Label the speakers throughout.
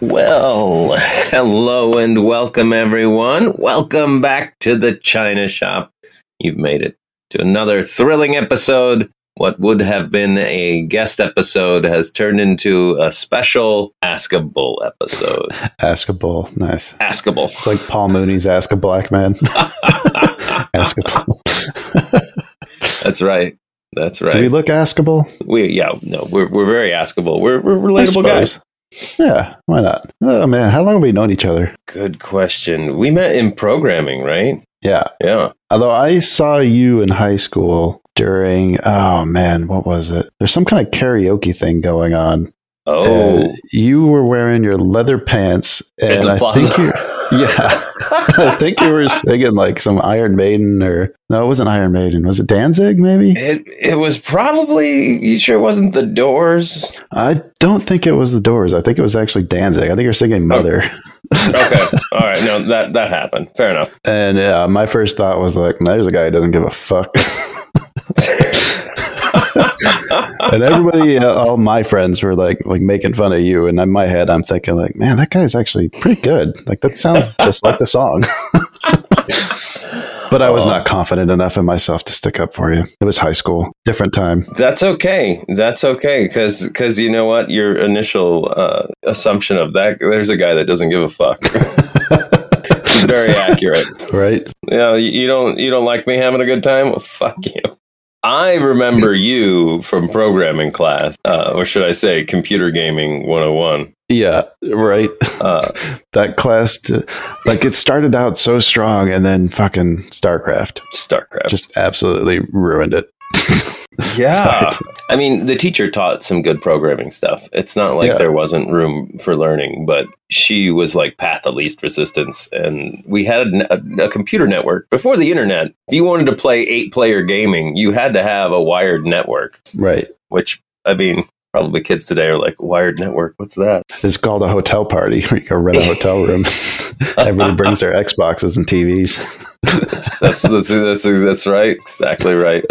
Speaker 1: Well, hello and welcome, everyone. Welcome back to the China Shop. You've made it to another thrilling episode. What would have been a guest episode has turned into a special Ask a Bull episode.
Speaker 2: Ask a bull. Nice.
Speaker 1: Ask a Bull.
Speaker 2: It's like Paul Mooney's Ask a Black Man. Ask a Bull.
Speaker 1: That's right. That's
Speaker 2: Do we
Speaker 1: right.
Speaker 2: look askable?
Speaker 1: We, yeah, no, we're, we're very askable. We're, we're
Speaker 2: I
Speaker 1: relatable guys.
Speaker 2: suppose. Yeah, why not? Oh, man. How long have we known each other?
Speaker 1: Good question. We met in programming, right?
Speaker 2: Yeah.
Speaker 1: Yeah.
Speaker 2: Although I saw you in high school during, oh man, what was it? There's some kind of karaoke thing going on.
Speaker 1: Oh,
Speaker 2: And you were wearing your leather pants, and I think you, yeah, I think you were singing like some Iron Maiden or no, it wasn't Iron Maiden. Was it Danzig? Maybe
Speaker 1: it it was probably you sure it wasn't the Doors.
Speaker 2: I don't think it was the Doors. I think it was actually Danzig. I think you were
Speaker 1: Oh.
Speaker 2: singing Mother.
Speaker 1: Okay, all right, no, that that happened. Fair enough.
Speaker 2: And yeah, my first thought was like, there's a guy who doesn't give a fuck. and everybody, uh, all my friends were like, like making fun of you. And in my head, I'm thinking like, man, that guy's actually pretty good. Like that sounds just like the song. but I was
Speaker 1: Oh.
Speaker 2: not confident enough in myself to stick up for you. It was high school, different time.
Speaker 1: That's okay. That's okay because because you know what your initial uh, assumption of that there's a guy that doesn't give a fuck. It's very accurate.
Speaker 2: Right?
Speaker 1: You know, you, you don't you don't like me having a good time. Well, fuck you. I remember you from programming class, uh, or should I say, computer gaming 101.
Speaker 2: Yeah, right.
Speaker 1: Uh,
Speaker 2: That class, t- like it started out so strong and then fucking StarCraft
Speaker 1: StarCraft.
Speaker 2: just absolutely ruined it.
Speaker 1: Yeah.
Speaker 2: Sorry.
Speaker 1: I mean, the teacher taught some good programming stuff. It's not like
Speaker 2: Yeah.
Speaker 1: there wasn't room for learning, but she was like path of least resistance. And we had a, a computer network before the internet. If you wanted to play eight player gaming, you had to have a wired network,
Speaker 2: Right.
Speaker 1: which, I mean, probably kids today are like, wired network, what's that?
Speaker 2: It's called a hotel party where you go rent a hotel room. Everybody brings their Xboxes and TVs.
Speaker 1: That's, that's, that's, that's right. Exactly right.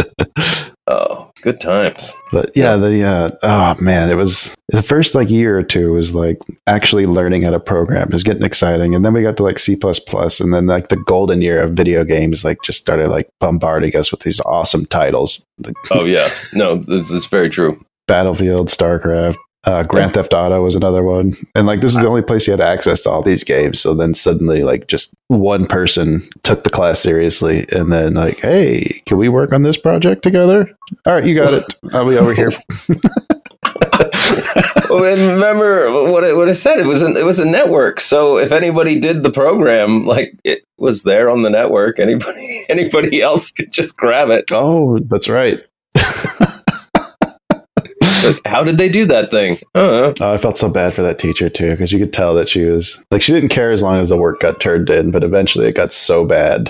Speaker 1: Oh, good times.
Speaker 2: But yeah, the uh, oh man, it was the first like year or two was like actually learning how to program It was getting exciting, and then we got to like C and then like the golden year of video games like just started like bombarding us with these awesome titles: like
Speaker 1: Oh, yeah. No, this is very true.
Speaker 2: Battlefield, StarCraft. Uh, Grand Theft Auto was another one, and like this is the only place you had access to all these games. So then suddenly, like just one person took the class seriously, and then like, hey, can we work on this project together? All right, you got it. I'll be over here.
Speaker 1: Well, Oh, and remember what it, what it said. It was an, it was a network. So if anybody did the program, like it was there on the network, anybody anybody else could just grab it.
Speaker 2: Oh, that's right.
Speaker 1: Like, how did they do that thing? Uh,
Speaker 2: Oh, I felt so bad for that teacher too, because you could tell that she was like she didn't care as long as the work got turned in, but eventually it got so bad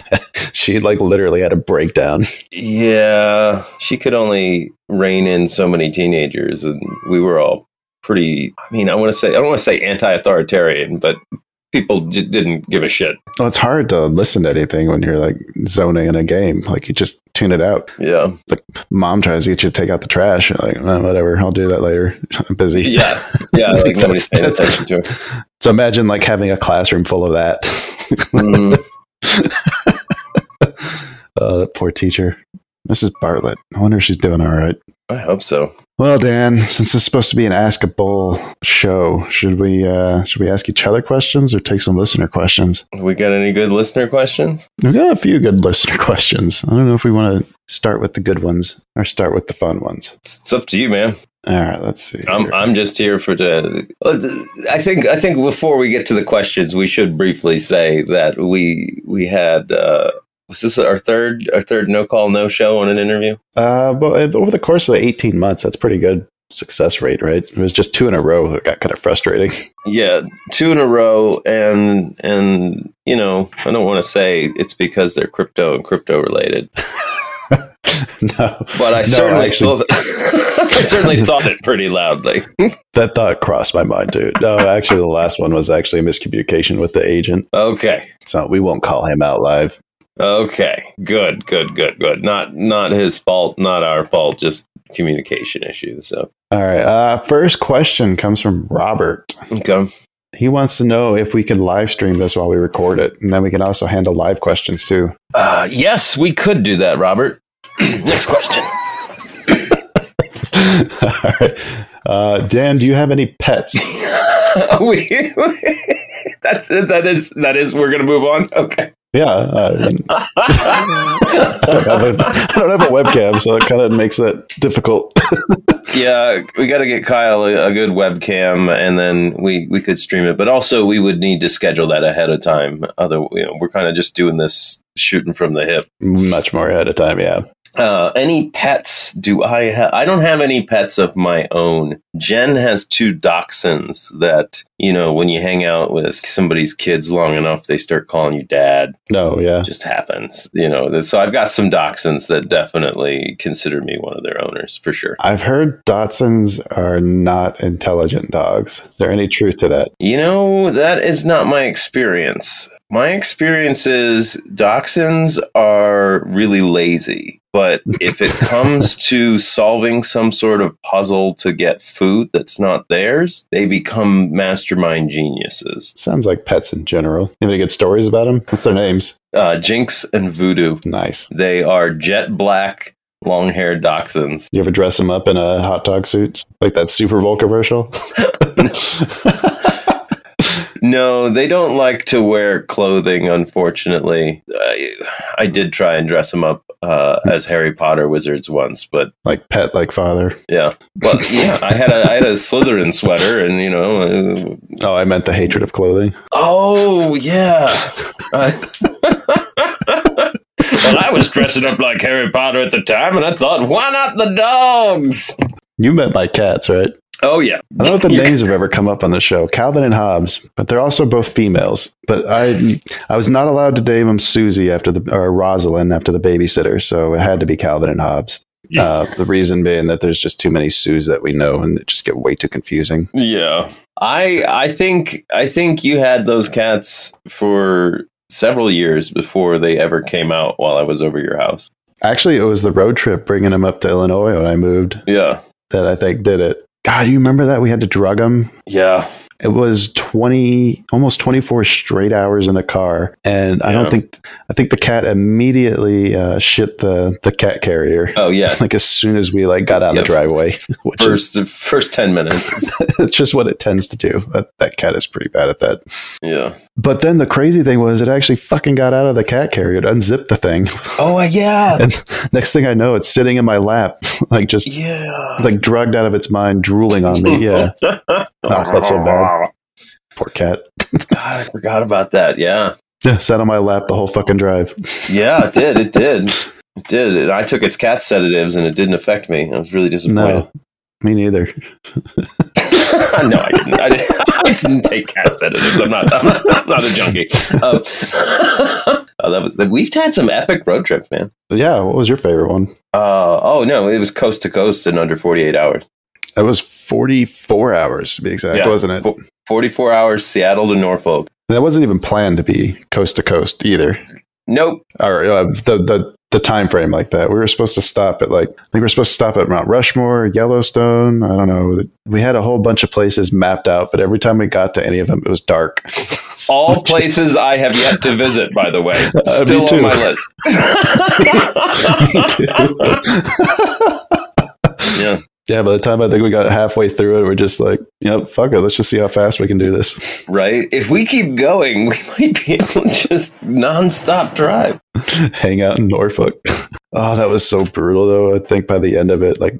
Speaker 2: she like literally had a breakdown.
Speaker 1: yeah, she could only rein in so many teenagers, and we were all pretty. I mean, I want to say I don't want to say anti-authoritarian, but people just didn't give a shit.
Speaker 2: Well, it's hard to listen to anything when you're like zoning in a game. Like you just tune it out.
Speaker 1: Yeah,
Speaker 2: Mom tries to get you to take out the trash. You're like, no, whatever, I'll do that later. I'm busy.
Speaker 1: yeah, yeah. Like
Speaker 2: That's-
Speaker 1: nobody's paying
Speaker 2: that's-
Speaker 1: attention to her.
Speaker 2: So imagine like having a classroom full of that.
Speaker 1: Mm.
Speaker 2: oh, that poor teacher. Mrs. Bartlett. I wonder if she's doing all right.
Speaker 1: I hope so.
Speaker 2: Well, Dan, since this is supposed to be an ask a bull show, should we uh, should we ask each other questions or take some listener questions?
Speaker 1: We got any good listener questions?
Speaker 2: We've got a few good listener questions. I don't know if we want to start with the good ones or start with the fun ones.
Speaker 1: It's, it's up to you, man.
Speaker 2: All right, let's see.
Speaker 1: I'm,
Speaker 2: here.
Speaker 1: I'm just here for the. I think I think before we get to the questions, we should briefly say that we we had uh, was this our third our third no call no show on an interview?
Speaker 2: Uh, but over the course of 18 months, that's pretty good success rate, right? It was just two in a row that got kind of frustrating.
Speaker 1: Yeah, two in a row, and and you know I don't want to say it's because they're crypto and crypto related,
Speaker 2: no,
Speaker 1: but I
Speaker 2: No,
Speaker 1: certainly
Speaker 2: actually-
Speaker 1: I certainly thought it pretty loudly.
Speaker 2: that thought crossed my mind, dude. No, actually, the last one was actually a miscommunication with the agent.
Speaker 1: Okay,
Speaker 2: So we won't call him out live.
Speaker 1: okay, good, good, good, good. Not not his fault, not our fault, just communication issues. So
Speaker 2: All right. Uh, first question comes from Robert.
Speaker 1: okay.
Speaker 2: He wants to know if we can live stream this while we record it, and then we can also handle live questions too.
Speaker 1: Uh, yes, we could do that, Robert. Next question.
Speaker 2: All right. Uh, Dan, do you have any pets?
Speaker 1: we, that's that is that is we're gonna move on. Okay.
Speaker 2: Yeah, uh, I, don't have a, I don't have a webcam, so it kind of makes that difficult.
Speaker 1: yeah, we got to get Kyle a, a good webcam, and then we we could stream it. But also, we would need to schedule that ahead of time. Other, you know, we're kind of just doing this shooting from the hip.
Speaker 2: Much more ahead of time, yeah.
Speaker 1: Uh, any pets? Do I? Ha- I don't have any pets of my own. Jen has two dachshunds that you know when you hang out with somebody's kids long enough, they start calling you dad.
Speaker 2: No, yeah.
Speaker 1: It just happens, you know. th- So I've got some dachshunds that definitely consider me one of their owners for sure.
Speaker 2: I've heard Dotsons are not intelligent dogs. Is there any truth to that?
Speaker 1: You know, that is not my experience. My experience is dachshunds are really lazy, but if it comes to solving some sort of puzzle to get food that's not theirs, they become mastermind geniuses.
Speaker 2: Sounds like pets in general. You have any good stories about them? What's their names?
Speaker 1: Uh, Jinx and Voodoo,
Speaker 2: Nice.
Speaker 1: they are jet black, long haired dachshunds.
Speaker 2: You ever dress them up in a hot dog suit, like that Super Bowl commercial?
Speaker 1: No, they don't like to wear clothing, unfortunately. I, I did try and dress them up uh, as Harry Potter wizards once, but
Speaker 2: like pet, like father.
Speaker 1: yeah, well, yeah, I had a I had a Slytherin sweater, and you know, uh,
Speaker 2: Oh, I meant the hatred of clothing.
Speaker 1: oh yeah, I- well, I was dressing up like Harry Potter at the time, and I thought, why not the dogs?
Speaker 2: You met my cats, right?
Speaker 1: Oh yeah,
Speaker 2: I don't know if the names have ever come up on the show. Calvin and Hobbes, but they're also both females. But I, I was not allowed to name them Susie after the or Rosalind after the babysitter, so it had to be Calvin and Hobbes. Uh, the reason being that there's just too many Sues that we know, and it just get way too confusing.
Speaker 1: Yeah. I I think I think you had those cats for several years before they ever came out while I was over your house.
Speaker 2: Actually, it was the road trip bringing them up to Illinois when I moved
Speaker 1: Yeah.
Speaker 2: that I think did it. God, you remember that we had to drug them
Speaker 1: Yeah.
Speaker 2: It was 20 almost 24 straight hours in a car and I
Speaker 1: Yeah.
Speaker 2: don't think I think the cat immediately uh, shit the the cat carrier.
Speaker 1: Oh yeah.
Speaker 2: Like as soon as we like got out of
Speaker 1: Yeah.
Speaker 2: the driveway, which is
Speaker 1: First first 10 minutes.
Speaker 2: it's just what it tends to do. That, that cat is pretty bad at that.
Speaker 1: yeah.
Speaker 2: But then the crazy thing was, it actually fucking got out of the cat carrier. It unzipped the thing.
Speaker 1: Oh yeah.
Speaker 2: And next thing I know, it's sitting in my lap, like just
Speaker 1: Yeah.
Speaker 2: like drugged out of its mind, drooling on me. Yeah, I felt so bad. poor cat.
Speaker 1: God, I forgot about that. Yeah.
Speaker 2: Yeah, sat on my lap the whole fucking drive.
Speaker 1: Yeah, it did. It did. It did. And I took its cat sedatives and it didn't affect me. I was really disappointed.
Speaker 2: No, me neither.
Speaker 1: no, I didn't. I didn't, I didn't take cat sedatives. I'm not. I'm not, I'm not a junkie. Um, oh, that was. We've had some epic road trips, man.
Speaker 2: Yeah, what was your favorite one?
Speaker 1: Uh, oh no, it was coast to coast in under 48 hours.
Speaker 2: It was 44 hours to be exact,
Speaker 1: Yeah.
Speaker 2: wasn't it?
Speaker 1: Fo- 44 hours, Seattle to Norfolk.
Speaker 2: That wasn't even planned to be coast to coast either,
Speaker 1: Nope.
Speaker 2: or uh, the the the time frame like that. We were supposed to stop at like I think we were supposed to stop at Mount Rushmore, Yellowstone. I don't know. We had a whole bunch of places mapped out, but every time we got to any of them, it was dark. So
Speaker 1: All
Speaker 2: just-
Speaker 1: places I have yet to visit, by the way.
Speaker 2: Uh, me
Speaker 1: Still
Speaker 2: too.
Speaker 1: on my list. yeah.
Speaker 2: yeah, by the time I think we got halfway through it, we're just like, yep, fuck it. Let's just see how fast we can do this.
Speaker 1: Right. If we keep going, we might be able to just nonstop drive.
Speaker 2: hang out in Norfolk. Oh, that was so brutal though. I think by the end of it, like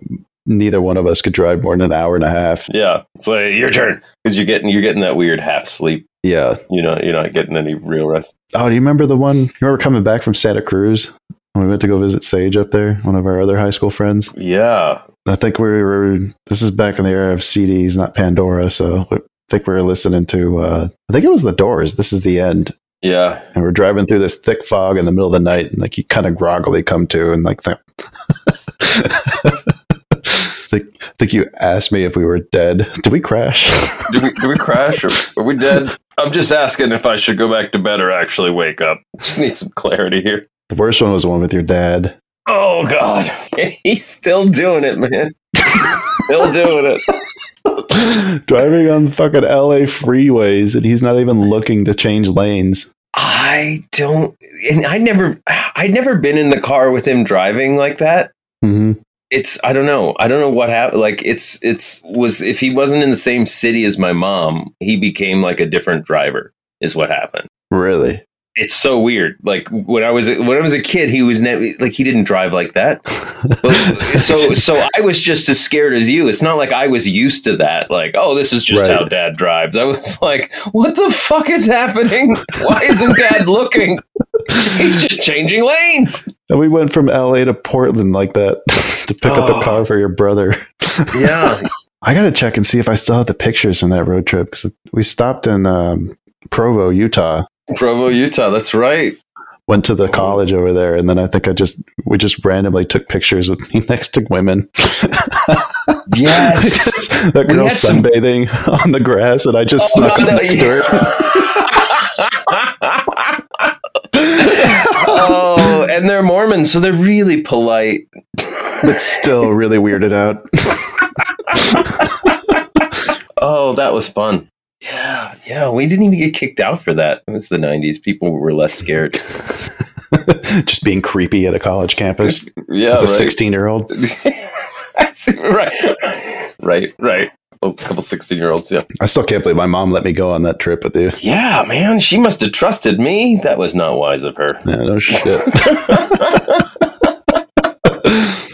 Speaker 2: neither one of us could drive more than an hour and a half.
Speaker 1: Yeah, it's like your turn because you're getting you're getting that weird half sleep.
Speaker 2: Yeah.
Speaker 1: You know, you're not getting any real rest.
Speaker 2: Oh, do you remember the one? You remember coming back from Santa Cruz? when We went to go visit Sage up there, one of our other high school friends.
Speaker 1: Yeah,
Speaker 2: I think we were. This is back in the era of CDs, not Pandora. So I think we were listening to. Uh, I think it was The Doors. This is the end,
Speaker 1: yeah.
Speaker 2: and we're driving through this thick fog in the middle of the night, and like you kind of groggily come to, and like, think, think, think you asked me if we were dead. Did we crash?
Speaker 1: Did we, did we crash or are we dead? I'm just asking if I should go back to bed or actually wake up. Just need some clarity here.
Speaker 2: the worst one was the one with your dad.
Speaker 1: Oh God, he's still doing it, man. still doing it.
Speaker 2: Driving on fucking LA freeways, and he's not even looking to change lanes.
Speaker 1: I don't, and I never, I'd never been in the car with him driving like that.
Speaker 2: hmm
Speaker 1: It's, I don't know, I don't know what happened. Like, it's, it's was if he wasn't in the same city as my mom, he became like a different driver. Is what happened.
Speaker 2: Really?
Speaker 1: It's so weird. Like when I was when I was a kid, he was ne- like he didn't drive like that. But, so so I was just as scared as you. It's not like I was used to that. Like, oh, this is just
Speaker 2: Right.
Speaker 1: how dad drives. I was like, what the fuck is happening? Why isn't dad looking? He's just changing lanes.
Speaker 2: And we went from LA to Portland like that to pick up
Speaker 1: Oh.
Speaker 2: a car for your brother.
Speaker 1: Yeah.
Speaker 2: I got to check and see if I still have the pictures from that road trip 'cause we stopped in um, Provo, Utah.
Speaker 1: Provo, Utah. That's right.
Speaker 2: Went to the college over there, and then I think I just we just randomly took pictures with me next to women. that
Speaker 1: We
Speaker 2: girl
Speaker 1: had some-
Speaker 2: sunbathing on the grass, and I just
Speaker 1: Oh,
Speaker 2: snuck
Speaker 1: no,
Speaker 2: up
Speaker 1: no,
Speaker 2: next to her.
Speaker 1: yeah. oh, and they're Mormons, so they're really polite.
Speaker 2: but still, really weirded out.
Speaker 1: Oh, that was fun. Yeah, yeah. We didn't even get kicked out for that. It was the '90s. People were less scared.
Speaker 2: just being creepy at a college campus
Speaker 1: Yeah,
Speaker 2: as a sixteen-year-old.
Speaker 1: right, right, right. A couple sixteen-year-olds. Yeah,
Speaker 2: I still can't believe my mom let me go on that trip with you.
Speaker 1: yeah, man. She must have trusted me. That was not wise of her.
Speaker 2: Yeah, no shit.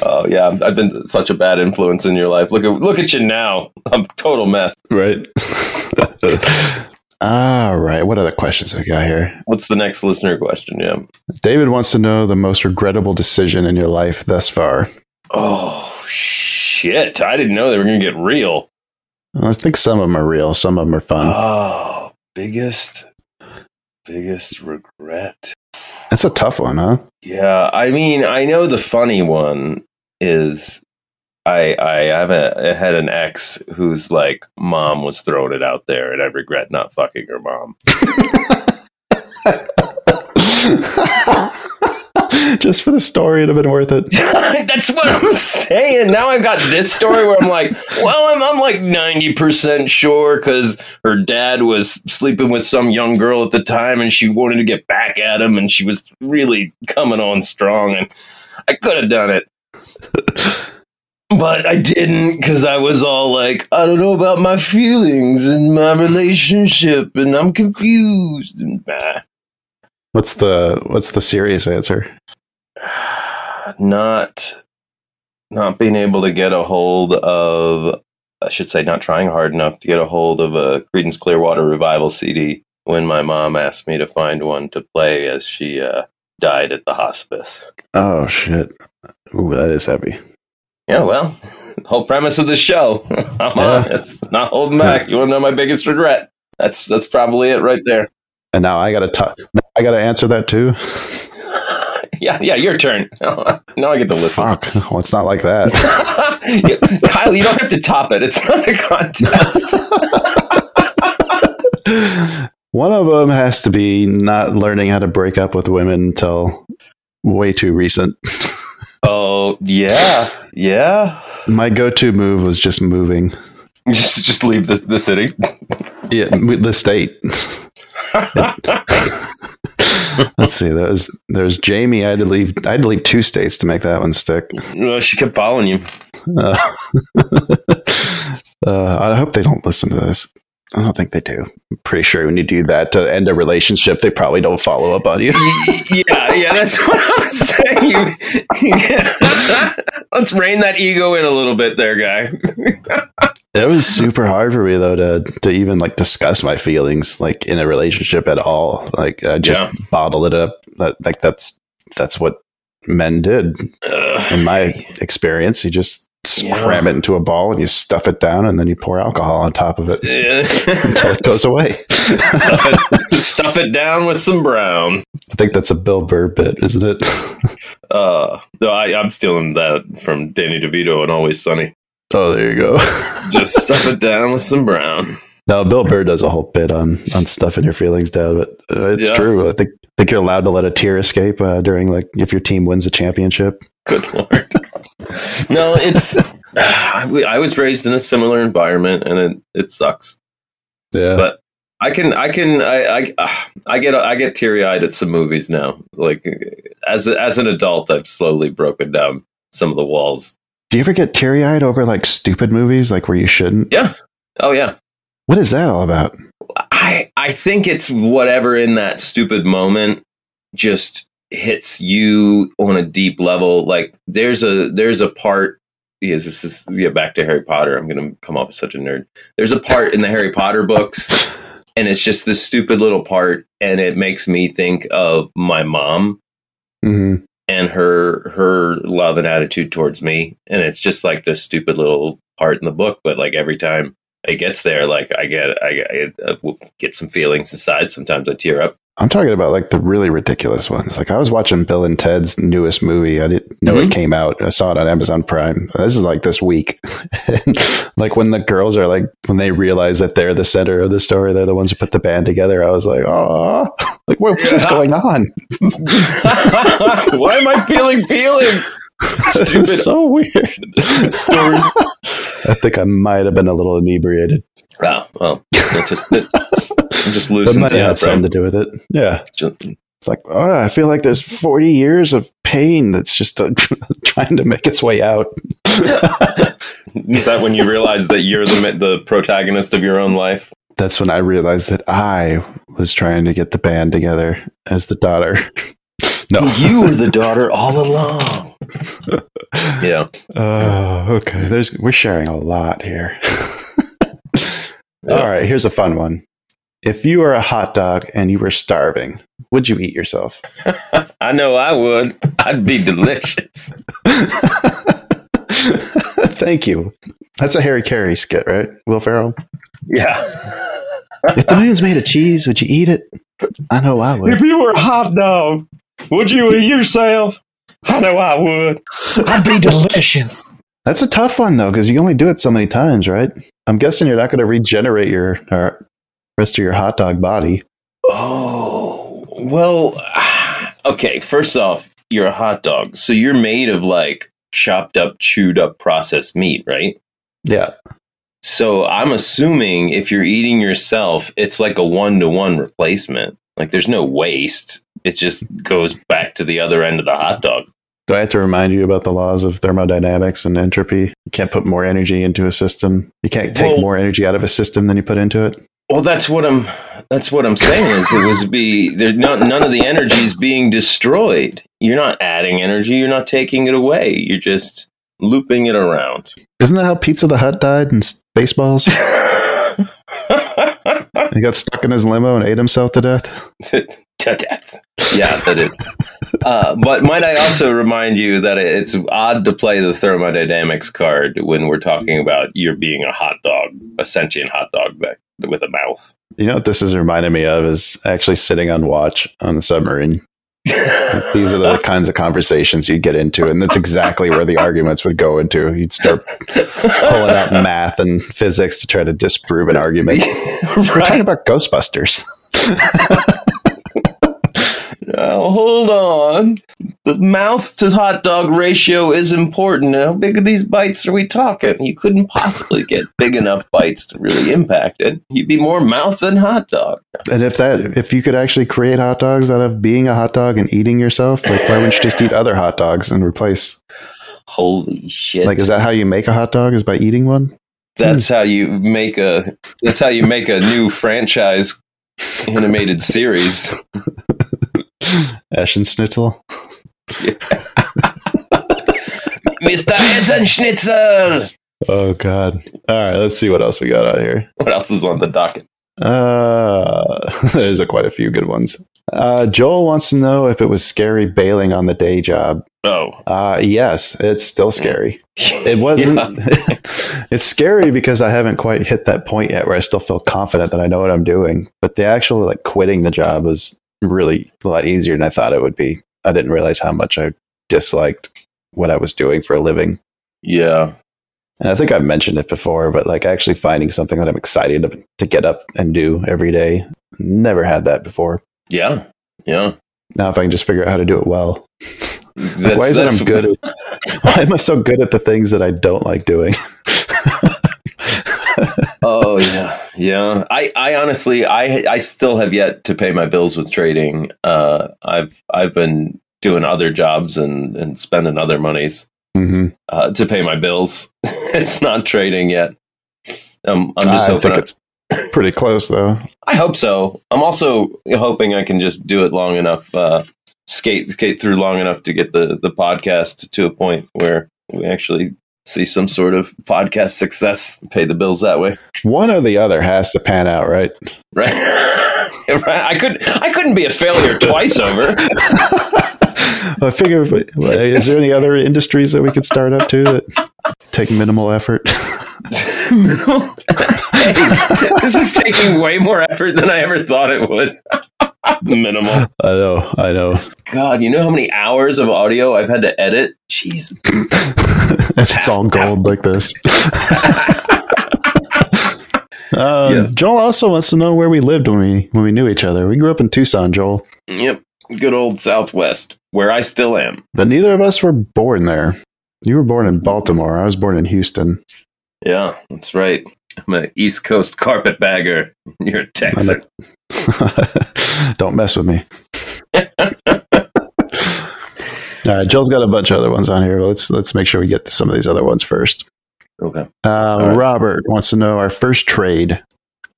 Speaker 1: Oh yeah, I've been such a bad influence in your life. Look at look at you now. I'm a total mess.
Speaker 2: Right. All right. What other questions I got here?
Speaker 1: What's the next listener question? Yeah.
Speaker 2: David wants to know the most regrettable decision in your life thus far.
Speaker 1: Oh shit! I didn't know they were gonna get real.
Speaker 2: I think some of them are real, some of them are fun.
Speaker 1: Oh, biggest, biggest regret.
Speaker 2: That's a tough one, huh?
Speaker 1: Yeah, I mean, I know the funny one is I I have a I had an ex who's like mom was throwing it out there, and I regret not fucking her mom.
Speaker 2: Just for the story, it'd have been worth it.
Speaker 1: That's what I'm saying. Now I've got this story where I'm like, well, I'm, I'm like 90% sure because her dad was sleeping with some young girl at the time and she wanted to get back at him and she was really coming on strong and I could have done it. But I didn't because I was all like, I don't know about my feelings and my relationship and I'm confused and bah.
Speaker 2: What's the what's the serious answer?
Speaker 1: not not being able to get a hold of I should say not trying hard enough to get a hold of a Creedence Clearwater Revival CD when my mom asked me to find one to play as she uh, died at the hospice.
Speaker 2: Oh shit. Ooh, that is heavy.
Speaker 1: Yeah, well, whole premise of the show. I'm
Speaker 2: Yeah.
Speaker 1: honest, not holding back. You want to know my biggest regret? That's that's probably it right there.
Speaker 2: And now I gotta talk I gotta answer that too.
Speaker 1: yeah, yeah, your turn. now I get to listen.
Speaker 2: Fuck. Well, it's not like that.
Speaker 1: You- Kyle, you don't have to top it. It's not a contest.
Speaker 2: One of them has to be not learning how to break up with women until way too recent.
Speaker 1: Oh yeah, yeah.
Speaker 2: My go-to move was just moving.
Speaker 1: Just just leave the the city.
Speaker 2: Yeah, m- the state. Let's see. There's there's Jamie. I had to leave. I had to leave two states to make that one stick.
Speaker 1: Well, she kept following you.
Speaker 2: Uh, uh, I hope they don't listen to this. I don't think they do. I'm pretty sure when you do that to end a relationship, they probably don't follow up on you.
Speaker 1: yeah, yeah, that's what I'm saying. You- yeah. Let's rein that ego in a little bit, there, guy.
Speaker 2: it was super hard for me though to to even like discuss my feelings like in a relationship at all. Like I just
Speaker 1: Yeah.
Speaker 2: bottle it up. That, like that's that's what men did in
Speaker 1: Ugh.
Speaker 2: my experience. You just
Speaker 1: Yeah.
Speaker 2: cram it into a ball and you stuff it down, and then you pour alcohol on top of it
Speaker 1: Yeah.
Speaker 2: until it goes away.
Speaker 1: stuff, it, stuff it down with some brown.
Speaker 2: I think that's a Bill Burr bit, isn't it?
Speaker 1: Uh, no, I, I'm stealing that from Danny DeVito and Always Sunny.
Speaker 2: oh, there you go.
Speaker 1: Just stuff it down with some brown.
Speaker 2: No, Bill Burr does a whole bit on on stuffing your feelings down, but uh, it's
Speaker 1: Yeah.
Speaker 2: true. I think think you're allowed to let a tear escape uh, during like if your team wins a championship.
Speaker 1: Good lord. no, it's. I w- I was raised in a similar environment, and it, it sucks.
Speaker 2: Yeah,
Speaker 1: But- I can, I can, I, I, ah, I get, I get teary eyed at some movies now. Like as a- as an adult, I've slowly broken down some of the walls.
Speaker 2: do you ever get teary eyed over like stupid movies, like where you shouldn't?
Speaker 1: Yeah. Oh yeah,
Speaker 2: What is that all about?
Speaker 1: I, I think it's whatever in that stupid moment just hits you on a deep level. Like there's a, there's a part. Yeah, this is yeah. Back to Harry Potter. I'm gonna come off as such a nerd. There's a part in the Harry Potter books and it's just this stupid little part and it makes me think of my mom
Speaker 2: hmm
Speaker 1: and her her love and attitude towards me and it's just like this stupid little part in the book but like every time it gets there like i get i, I, I will get some feelings inside sometimes i tear up
Speaker 2: I'm talking about like the really ridiculous ones. Like I was watching Bill and Ted's newest movie. I didn't know
Speaker 1: Mm-hmm.
Speaker 2: it came out. I saw it on Amazon Prime. This is like this week. And, like when the girls are like when they realize that they're the center of the story, they're the ones who put the band together. I was like, oh, like what is
Speaker 1: Yeah.
Speaker 2: going on?
Speaker 1: why am i feeling feelings
Speaker 2: It
Speaker 1: stupid
Speaker 2: was so weird. I think I might have been a little inebriated.
Speaker 1: oh well it just it, it just
Speaker 2: That
Speaker 1: loosens
Speaker 2: might
Speaker 1: you
Speaker 2: have had
Speaker 1: up
Speaker 2: something
Speaker 1: right?
Speaker 2: to do with it. Yeah.
Speaker 1: Ju-
Speaker 2: It's like, oh, I feel like there's 40 years of pain that's just uh, trying to make its way out.
Speaker 1: is that when you realize that you're the ma- the protagonist of your own life
Speaker 2: That's when I realized that I was trying to get the band together as the daughter. No.
Speaker 1: you were the daughter all along. Yeah.
Speaker 2: Oh, okay. There's we're sharing a lot here. All right, here's a fun one. If you were a hot dog and you were starving, would you eat yourself?
Speaker 1: I know I would. I'd be delicious.
Speaker 2: Thank you. That's a Harry Carey skit, right? Will Ferrell.
Speaker 1: Yeah.
Speaker 2: If the moon's made of cheese, would you eat it? I know I would.
Speaker 1: you were a hot dog, would you eat yourself? I know I would. I'd be delicious.
Speaker 2: That's a tough one though, because you only do it so many times, right? I'm guessing you're not going to regenerate your uh, rest of your hot dog body.
Speaker 1: Oh, well, okay. First off, you're a hot dog. So you're made of like chopped up, chewed up processed meat, right?
Speaker 2: Yeah,
Speaker 1: So I'm assuming if you're eating yourself, it's like a one to one replacement. Like there's no waste. It just goes back to the other end of the hot dog.
Speaker 2: Do I have to remind you about the laws of thermodynamics and entropy? You can't put more energy into a system. You can't take
Speaker 1: Well-
Speaker 2: more energy out of a system than you put into it.
Speaker 1: Well, that's what I'm. That's what I'm saying is it was be there's no, none of the energy is being destroyed. You're not adding energy. You're not taking it away. You're just looping it around.
Speaker 2: Isn't that how Pizza the Hut died in Spaceballs? he got stuck in his limo and ate himself to death.
Speaker 1: to death. Yeah, that is. Uh, but might I also remind you that it's odd to play the thermodynamics card when we're talking about you're being a hot dog, a sentient hot dog that, with a mouth.
Speaker 2: You know what this is reminding me of is actually sitting on watch on the submarine. These are the kinds of conversations you'd get into, and that's exactly where the arguments would go into. You'd start pulling out math and physics to try to disprove an argument. We're talking
Speaker 1: right?
Speaker 2: about Ghostbusters.
Speaker 1: Now, Oh, hold on. The mouth to hot dog ratio is important. How big of these bites are we talking? You couldn't possibly get big enough bites to really impact it. You'd be more mouth than hot dog.
Speaker 2: And if that if you could actually create hot dogs out of being a hot dog and eating yourself, like why wouldn't you just eat other hot dogs and replace?
Speaker 1: Holy shit.
Speaker 2: Like, is that how you make a hot dog? Is by eating one?
Speaker 1: That's how you make a. That's how you make a new franchise animated series.
Speaker 2: Ash and Snittle.
Speaker 1: Mr. Essenschnitzel.
Speaker 2: Oh God! All right, let's see what else we got out here.
Speaker 1: What else is on the docket?
Speaker 2: Uh, there's a, quite a few good ones. Uh, Joel wants to know if it was scary bailing on the day job.
Speaker 1: Oh,
Speaker 2: Uh, yes, it's still scary. It wasn't. it's scary because I haven't quite hit that point yet where I still feel confident that I know what I'm doing. But the actual like quitting the job was really a lot easier than I thought it would be. I didn't realize how much I disliked what I was doing for a living.
Speaker 1: Yeah.
Speaker 2: And I think I've mentioned it before, but like actually finding something that I'm excited to, to get up and do every day. Never had that before.
Speaker 1: Yeah. Yeah.
Speaker 2: Now, if I can just figure out how to do it well,
Speaker 1: That's,
Speaker 2: why is it I'm good? At, why am I so good at the things that I don't like doing?
Speaker 1: oh yeah, yeah. I, I honestly, I, I still have yet to pay my bills with trading. Uh, I've, I've been doing other jobs and and spending other monies
Speaker 2: hmm
Speaker 1: uh, to pay my bills. it's not trading yet. Um, I'm just
Speaker 2: I
Speaker 1: hoping.
Speaker 2: think
Speaker 1: I,
Speaker 2: it's pretty close though.
Speaker 1: I hope so. I'm also hoping I can just do it long enough. Uh, skate, skate through long enough to get the the podcast to a point where we actually see some sort of podcast success, pay the bills that way.
Speaker 2: One or the other has to pan out, right?
Speaker 1: right? right? I couldn't. I couldn't be a failure twice over.
Speaker 2: I figure. If, is there any other industries that we could start up to that take minimal effort?
Speaker 1: hey, this is taking way more effort than I ever thought it would. Minimal.
Speaker 2: I know, I know.
Speaker 1: God, you know how many hours of audio I've had to edit? Jeez.
Speaker 2: if it's all gold like this. Uh,
Speaker 1: Yeah.
Speaker 2: Joel also wants to know where we lived when we when we knew each other. We grew up in Tucson, Joel,
Speaker 1: Yep. Good old Southwest, where I still am.
Speaker 2: but neither of us were born there. You were born in Baltimore. I was born in Houston.
Speaker 1: Yeah, that's right. I'm an East Coast carpetbagger. You're a
Speaker 2: I'm
Speaker 1: Texan.
Speaker 2: a- Don't mess with me. All right, Joel's got a bunch of other ones on here. but Let's let's make sure we get to some of these other ones first.
Speaker 1: Okay.
Speaker 2: Uh,
Speaker 1: right.
Speaker 2: Robert wants to know our first trade.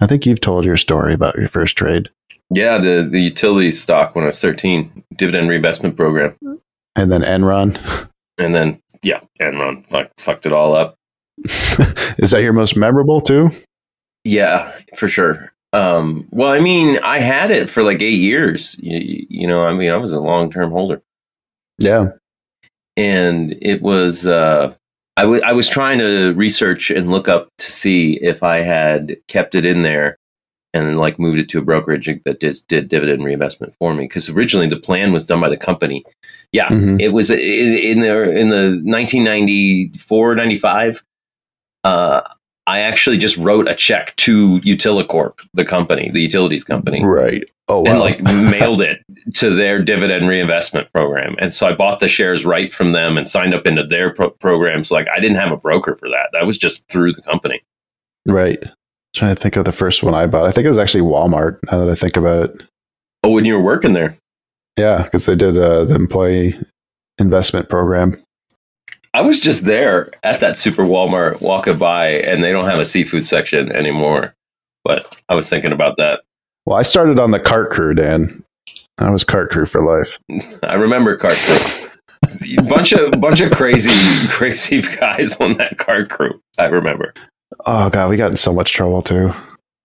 Speaker 2: I think you've told your story about your first trade.
Speaker 1: Yeah, the, the utility stock when I was 13, dividend reinvestment program.
Speaker 2: and then Enron.
Speaker 1: and then yeah, Enron fuck, fucked it all up.
Speaker 2: Is that your most memorable too?
Speaker 1: Yeah, for sure. Um, well, I mean, I had it for like eight years. You, you know, I mean, I was a long term holder,
Speaker 2: Yeah.
Speaker 1: and it was uh, I wa- I was trying to research and look up to see if I had kept it in there and like moved it to a brokerage that just did dividend reinvestment for me because originally the plan was done by the company. Yeah,
Speaker 2: Mhm.
Speaker 1: it was in, in the in the 1994 95 uh i actually just wrote a check to utilicorp the company the utilities company
Speaker 2: Right. Oh,
Speaker 1: Mm-hmm. and like mailed it to their dividend reinvestment program and so i bought the shares right from them and signed up into their pro- program so like i didn't have a broker for that that was just through the company
Speaker 2: right. trying to think of the first one I bought. I think it was actually Walmart. Now that I think about it,
Speaker 1: oh when you were working there
Speaker 2: yeah, because they did uh, the employee investment program.
Speaker 1: I was just there at that super Walmart walking by, and they don't have a seafood section anymore. But I was thinking about that.
Speaker 2: Well, I started on the cart crew, Dan. I was cart crew for life.
Speaker 1: I remember cart crew. bunch of bunch of crazy crazy guys on that cart crew. I remember.
Speaker 2: Oh god, we got in so much trouble too.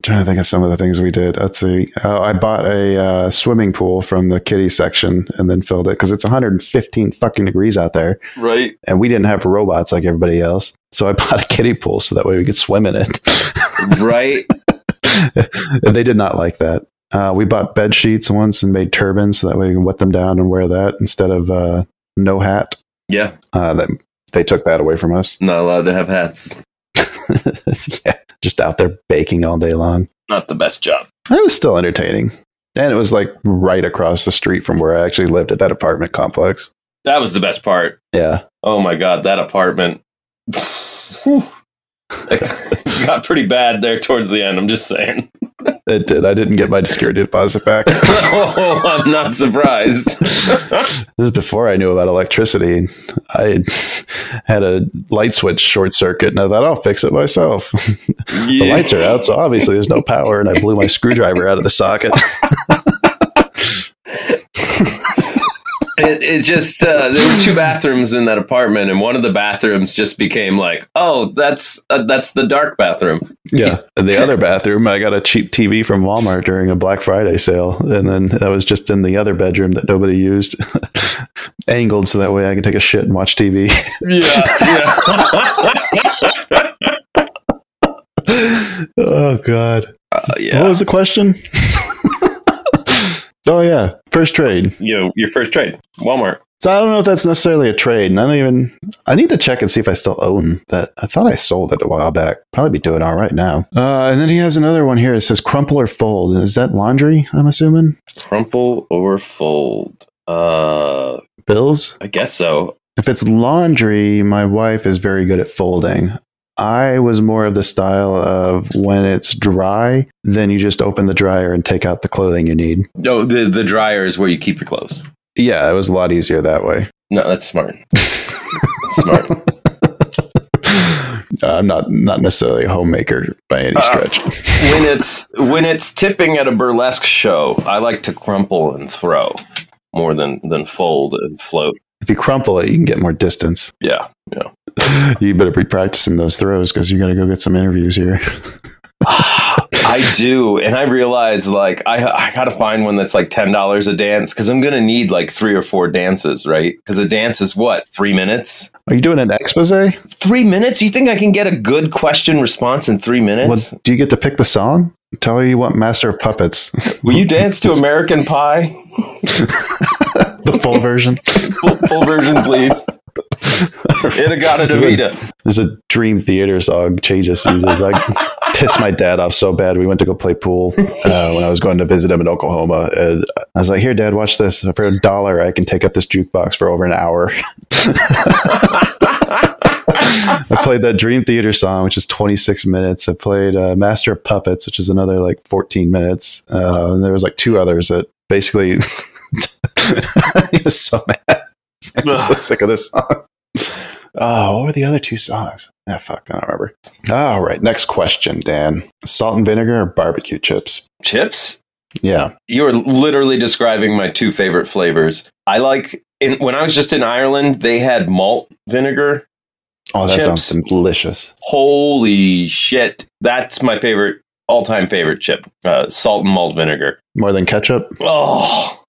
Speaker 2: trying to think of some of the things we did. Let's see. Oh, I bought a uh, swimming pool from the kiddie section and then filled it because it's 115 fucking degrees out there.
Speaker 1: Right.
Speaker 2: and we didn't have robots like everybody else. So I bought a kiddie pool so that way we could swim in it.
Speaker 1: Right.
Speaker 2: and they did not like that. Uh, we bought bed sheets once and made turbans so that way we can wet them down and wear that instead of uh, no hat.
Speaker 1: Yeah.
Speaker 2: Uh, that they took that away from us.
Speaker 1: Not allowed to have hats.
Speaker 2: yeah, just out there baking all day long.
Speaker 1: Not the best job.
Speaker 2: It was still entertaining, and it was like right across the street from where I actually lived at that apartment complex.
Speaker 1: That was the best part.
Speaker 2: Yeah,
Speaker 1: Oh my god, that apartment. Whew. It got pretty bad there towards the end. I'm just saying.
Speaker 2: It did. I didn't get my security deposit back.
Speaker 1: oh, I'm not surprised.
Speaker 2: this is before I knew about electricity. I had a light switch short circuit, and I thought I'll fix it myself. the
Speaker 1: Yeah.
Speaker 2: lights are out, so obviously there's no power, and I blew my screwdriver out of the socket.
Speaker 1: It, it just uh, there were two bathrooms in that apartment, and one of the bathrooms just became like, oh, that's uh, that's the dark bathroom.
Speaker 2: Yeah. In the other bathroom, I got a cheap TV from Walmart during a Black Friday sale. And then that was just in the other bedroom that nobody used, angled so that way I could take a shit and watch TV.
Speaker 1: Yeah,
Speaker 2: oh, God.
Speaker 1: uh,
Speaker 2: What
Speaker 1: yeah.
Speaker 2: was the question? oh, yeah. First trade.
Speaker 1: You know, your first trade, Walmart.
Speaker 2: So I don't know if that's necessarily a trade. And I don't even, I need to check and see if I still own that. I thought I sold it a while back. Probably be doing all right now. Uh, and then he has another one here. It says crumple or fold. Is that laundry, I'm assuming?
Speaker 1: Crumple or fold? Uh,
Speaker 2: Bills?
Speaker 1: I guess so.
Speaker 2: If it's laundry, my wife is very good at folding. I was more of the style of when it's dry, then you just open the dryer and take out the clothing you need.
Speaker 1: No, the the dryer is where you keep your clothes.
Speaker 2: Yeah, it was a lot easier that way.
Speaker 1: No, that's smart. smart.
Speaker 2: I'm not not necessarily a homemaker by any
Speaker 1: Uh,
Speaker 2: stretch.
Speaker 1: When it's when it's tipping at a burlesque show, I like to crumple and throw more than than fold and float.
Speaker 2: If you crumple it, you can get more distance.
Speaker 1: Yeah.
Speaker 2: You better be practicing those throws because you got to go get some interviews here.
Speaker 1: I do, and I realize like I I gotta find one that's like ten dollars a dance because I'm gonna need like three or four dances, right? Because a dance is what three minutes?
Speaker 2: Are you doing an expose? Well,
Speaker 1: Three minutes? You think I can get a good question response in three minutes?
Speaker 2: do you get to pick the song? Tell her you want Master of Puppets,
Speaker 1: Will you dance to American Pie
Speaker 2: the full version.
Speaker 1: full, full version, please? Itagata Davita.
Speaker 2: There's a Dream Theater song, Changes Seasons. I pissed my dad off so bad. We went to go play pool uh, when I was going to visit him in Oklahoma. And I was like, here, dad, watch this. For a dollar, I can take up this jukebox for over an hour. I played that Dream Theater song, which is 26 minutes. I played uh, Master of Puppets, which is another like 14 minutes. Uh, and there was like two others that basically. he was so mad. I'm so sick of this song. Oh, what were the other two songs? Ah, fuck, I don't remember. All right, next question, Dan. Salt and vinegar or barbecue chips?
Speaker 1: Chips?
Speaker 2: Yeah.
Speaker 1: you're literally describing my two favorite flavors. I like in, when I was just in Ireland, they had malt vinegar.
Speaker 2: Oh, that
Speaker 1: Chips.
Speaker 2: sounds delicious.
Speaker 1: Holy shit, that's my favorite all-time favorite chip. Uh, salt and malt vinegar.
Speaker 2: More than ketchup?
Speaker 1: Oh.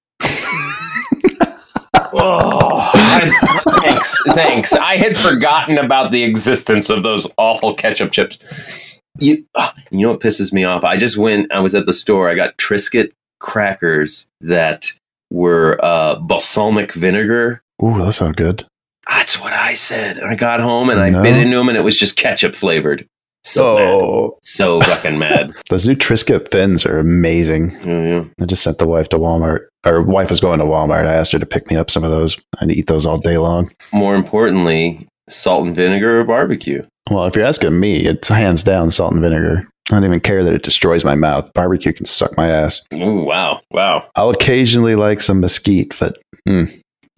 Speaker 1: oh, I- thanks, thanks. I had forgotten about the existence of those awful ketchup chips. You, ah, you know what pisses me off? I just went. I was at the store. I got Triscuit crackers that were uh, balsamic vinegar.
Speaker 2: Ooh, that sounds good.
Speaker 1: That's what I said. And I got home and I
Speaker 2: No.
Speaker 1: bit into them, and it was just ketchup flavored. So mad.
Speaker 2: oh,
Speaker 1: so fucking mad.
Speaker 2: those new Triscuit thins are amazing.
Speaker 1: Yeah, yeah.
Speaker 2: I just sent the wife to Walmart. Our wife was going to Walmart. I asked her to pick me up some of those. I'd eat those all day long.
Speaker 1: More importantly, salt and vinegar or barbecue.
Speaker 2: Well, if you're asking me, it's hands down salt and vinegar. I don't even care that it destroys my mouth. Barbecue can suck my ass.
Speaker 1: Ooh, wow, wow.
Speaker 2: I'll occasionally like some mesquite, but mm,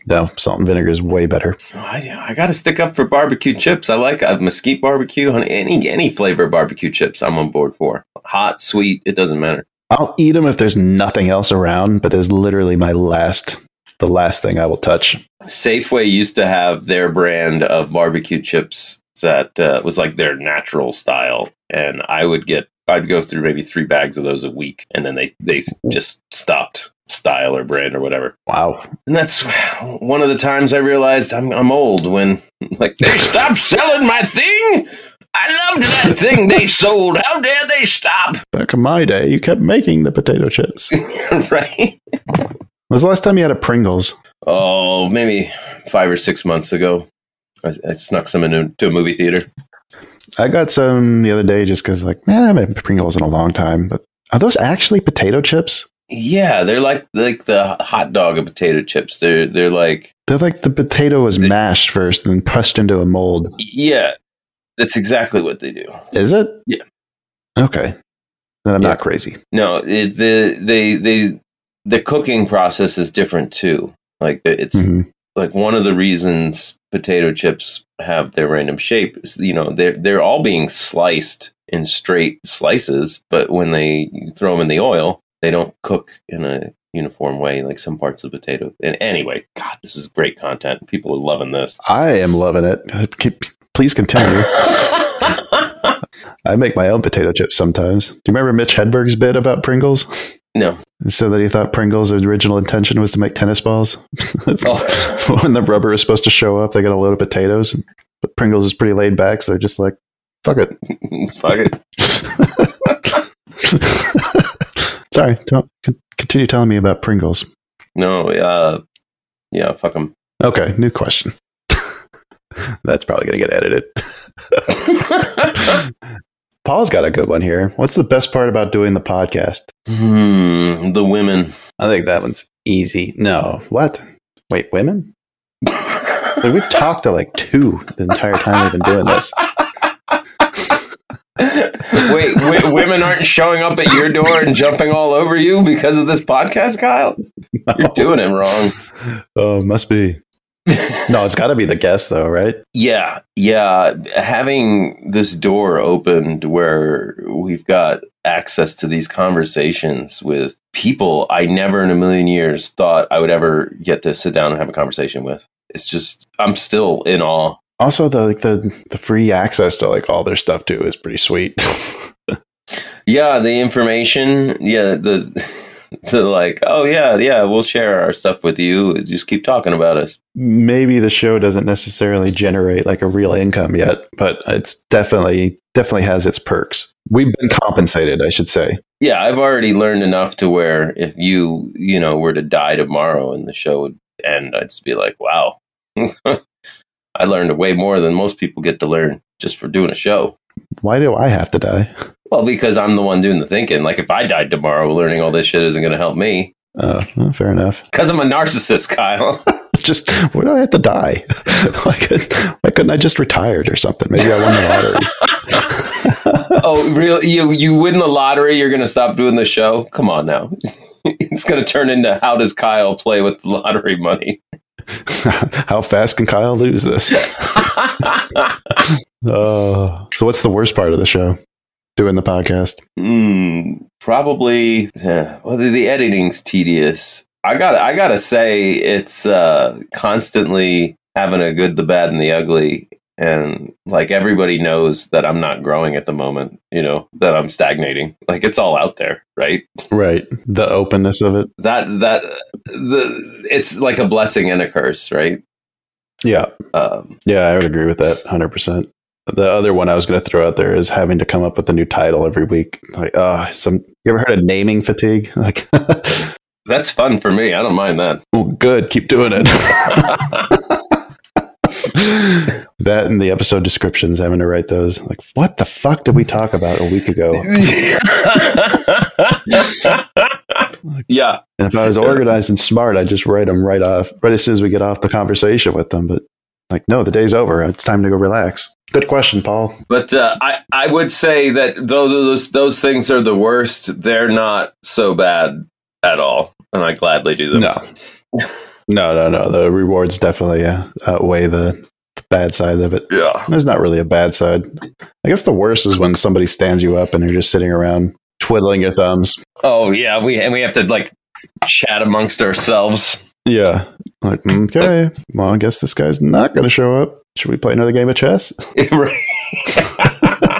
Speaker 2: no, salt and vinegar is way better.
Speaker 1: Oh, I, I got to stick up for barbecue chips. I like uh, mesquite barbecue, honey, any any flavor barbecue chips. I'm on board for hot, sweet. It doesn't matter.
Speaker 2: I'll eat them if there's nothing else around, but it's literally my last, the last thing I will touch.
Speaker 1: Safeway used to have their brand of barbecue chips that uh, was like their natural style, and I would get I'd go through maybe three bags of those a week, and then they they s- just stopped style or brand or whatever.
Speaker 2: Wow.
Speaker 1: And that's one of the times I realized I'm, I'm old when, like, they stopped selling my thing. I loved that thing they sold. How dare they stop?
Speaker 2: Back in my day, you kept making the potato chips. When
Speaker 1: right?
Speaker 2: was the last time you had a Pringles?
Speaker 1: Oh, maybe five or six months ago. I, I snuck some into to a movie theater.
Speaker 2: I got some the other day just because, like, man, I haven't had Pringles in a long time. But are those actually potato chips?
Speaker 1: Yeah, they're like like the hot dog and potato chips. They're they're like
Speaker 2: They're like the potato was mashed first and pressed into a mold.
Speaker 1: yeah. That's exactly what they do.
Speaker 2: Is it?
Speaker 1: Yeah.
Speaker 2: Okay. Then I'm
Speaker 1: Yeah.
Speaker 2: not crazy.
Speaker 1: No, it, the they they the cooking process is different too. Like it's
Speaker 2: Mhm.
Speaker 1: like one of the reasons potato chips have their random shape is you know they're they're all being sliced in straight slices, but when they you throw them in the oil, they don't cook in a uniform way like some parts of potato. And anyway, God, this is great content. People are loving this.
Speaker 2: I am loving it. Uh, Keep- Please continue. I make my own potato chips sometimes. Do you remember Mitch Hedberg's bit about Pringles?
Speaker 1: no,
Speaker 2: And so that he thought Pringles' original intention was to make tennis balls.
Speaker 1: Oh.
Speaker 2: when the rubber is supposed to show up, they got a load of potatoes. But Pringles is pretty laid back, so they're just like, fuck it.
Speaker 1: fuck it.
Speaker 2: Sorry, tell, con- continue telling me about Pringles.
Speaker 1: No, uh, yeah, fuck them.
Speaker 2: Okay, new question. That's probably going to get edited. Paul's got a good one here. What's the best part about doing the podcast?
Speaker 1: Hmm, the women.
Speaker 2: I think that one's easy. No, what? Wait, women? Like, we've talked to like two the entire time we've been doing this.
Speaker 1: Wait, w- women aren't showing up at your door and jumping all over you because of this podcast, Kyle? You're doing it wrong.
Speaker 2: Oh, must be. No, it's got to be the guest though, right?
Speaker 1: Yeah, yeah. Having this door opened where we've got access to these conversations with people I never in a million years thought I would ever get to sit down and have a conversation with. It's just, I'm still in awe.
Speaker 2: Also, the like the the free access to like all their stuff too is pretty sweet.
Speaker 1: Yeah, the information. Yeah, the, the like, oh, yeah, yeah, we'll share our stuff with you. Just keep talking about us.
Speaker 2: Maybe the show doesn't necessarily generate like a real income yet, but it's definitely definitely has its perks. We've been compensated, I should say.
Speaker 1: Yeah, I've already learned enough to where if you, you know, were to die tomorrow and the show would end, I'd just be like, wow. I learned way more than most people get to learn just for doing a show.
Speaker 2: Why do I have to die?
Speaker 1: Well, because I'm the one doing the thinking. Like, if I died tomorrow, learning all this shit isn't going to help me
Speaker 2: Uh, well, fair enough.
Speaker 1: because I'm a narcissist, Kyle.
Speaker 2: Just why do I have to die? why, could, why couldn't I just retired or something? Maybe I won the lottery.
Speaker 1: oh, really? You, you win the lottery, you're going to stop doing the show? Come on now. it's going to turn into how does Kyle play with the lottery money?
Speaker 2: How fast can Kyle lose this? Oh. So, what's the worst part of the show? Doing the podcast.
Speaker 1: Mm, probably. Yeah, well, the, the editing's tedious. I got. I gotta say, it's uh, constantly having a good, the bad, and the ugly. And like everybody knows that I'm not growing at the moment. You know that I'm stagnating. Like it's all out there, right?
Speaker 2: Right. The openness of it.
Speaker 1: That that the it's like a blessing and a curse, right?
Speaker 2: Yeah.
Speaker 1: Um,
Speaker 2: Yeah, I would agree with that 100%. The other one I was going to throw out there is having to come up with a new title every week. Like, uh, some you ever heard of naming fatigue? Like,
Speaker 1: that's fun for me. I don't mind that.
Speaker 2: well, good, keep doing it. that and the episode descriptions, having to write those. Like, what the fuck did we talk about a week ago?
Speaker 1: yeah.
Speaker 2: And if I was organized and smart, I'd just write them right off, right as soon as we get off the conversation with them. But like, no, the day's over. It's time to go relax. Good question, Paul.
Speaker 1: But uh, I I would say that though those those things are the worst, they're not so bad at all, and I gladly do them.
Speaker 2: No, no, no, no. The rewards definitely uh, outweigh the, the bad side of it.
Speaker 1: Yeah.
Speaker 2: There's not really a bad side. I guess the worst is when somebody stands you up and they're just sitting around twiddling your thumbs.
Speaker 1: Oh yeah. We and we have to like chat amongst ourselves.
Speaker 2: Yeah. Like, "Mm, okay, well, I guess this guy's not going to show up. Should we play another game of chess?
Speaker 1: Right.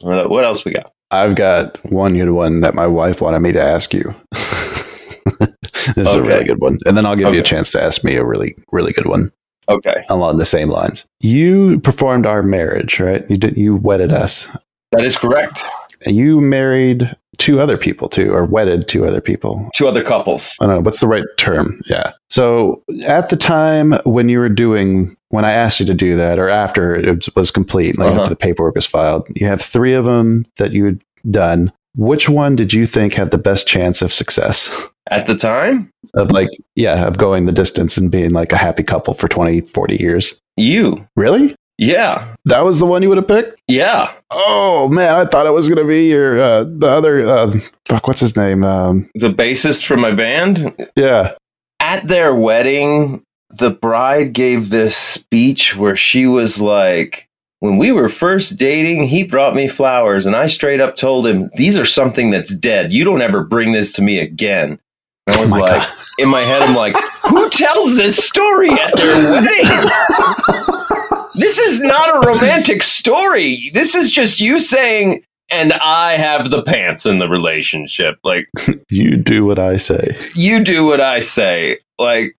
Speaker 1: what what else we got?
Speaker 2: I've got one good one that my wife wanted me to ask you. this is a
Speaker 1: Okay.
Speaker 2: really good one. And then I'll give you a
Speaker 1: Okay.
Speaker 2: chance to ask me a really, really good one
Speaker 1: Okay,
Speaker 2: along the same lines. You performed our marriage, right? You did you wedded us.
Speaker 1: that is correct.
Speaker 2: And you married two other people too, or wedded two other people.
Speaker 1: Two other couples.
Speaker 2: I don't know, what's the right term? Yeah. So at the time when you were doing when I asked you to do that, or after it was complete, like
Speaker 1: Uh-huh.
Speaker 2: after the paperwork was filed, you have three of them that you had done. Which one did you think had the best chance of success?
Speaker 1: At the time,
Speaker 2: Of like, yeah, of going the distance and being like a happy couple for 20, 40 years.
Speaker 1: you
Speaker 2: Really?
Speaker 1: Yeah.
Speaker 2: That was the one you would have picked?
Speaker 1: Yeah.
Speaker 2: Oh, man. I thought it was going to be your, uh, the other, uh, fuck, what's his name? Um,
Speaker 1: The bassist for my band,
Speaker 2: yeah.
Speaker 1: at their wedding, the bride gave this speech where she was like, when we were first dating, he brought me flowers, and I straight up told him, These are something that's dead. You don't ever bring this to me again. And I was
Speaker 2: Oh my
Speaker 1: like,
Speaker 2: God.
Speaker 1: In my head, I'm like, Who tells this story at their wedding? This is not a romantic story. This is just you saying, And I have the pants in the relationship. Like,
Speaker 2: You do what I say.
Speaker 1: you do what I say. Like,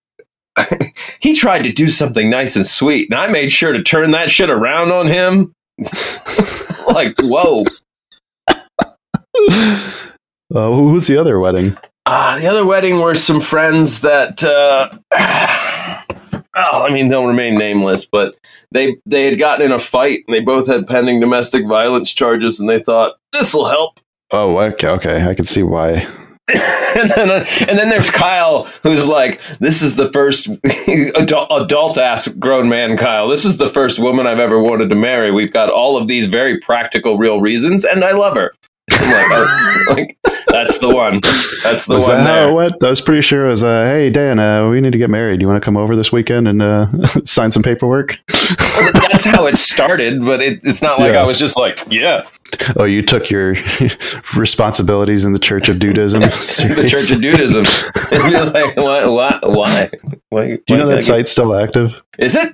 Speaker 1: he tried to do something nice and sweet, and I made sure to turn that shit around on him. like, whoa.
Speaker 2: Uh, who was the other wedding?
Speaker 1: Uh, the other wedding were some friends that, uh, oh, I mean, they'll remain nameless, but they they had gotten in a fight, and they both had pending domestic violence charges, and they thought this will help.
Speaker 2: Oh, okay. Okay. I can see why.
Speaker 1: and then and then there's Kyle who's like, this is the first adult, adult ass grown man, Kyle. This is the first woman I've ever wanted to marry. We've got all of these very practical, real reasons, and I love her. I'm like, oh, like, that's the one. That's the
Speaker 2: was
Speaker 1: one.
Speaker 2: that how it
Speaker 1: there.
Speaker 2: went? I was pretty sure it was, uh, hey, Dan, uh, we need to get married. You want to come over this weekend and uh, sign some paperwork?
Speaker 1: That's how it started, but it, it's not like
Speaker 2: Yeah.
Speaker 1: I was just like, yeah,
Speaker 2: Oh, you took your responsibilities in the Church of Dudism.
Speaker 1: the Church of Dudism. and you're like, why, why, why? why
Speaker 2: Do you know that
Speaker 1: why did I get-
Speaker 2: site's still active?
Speaker 1: Is it?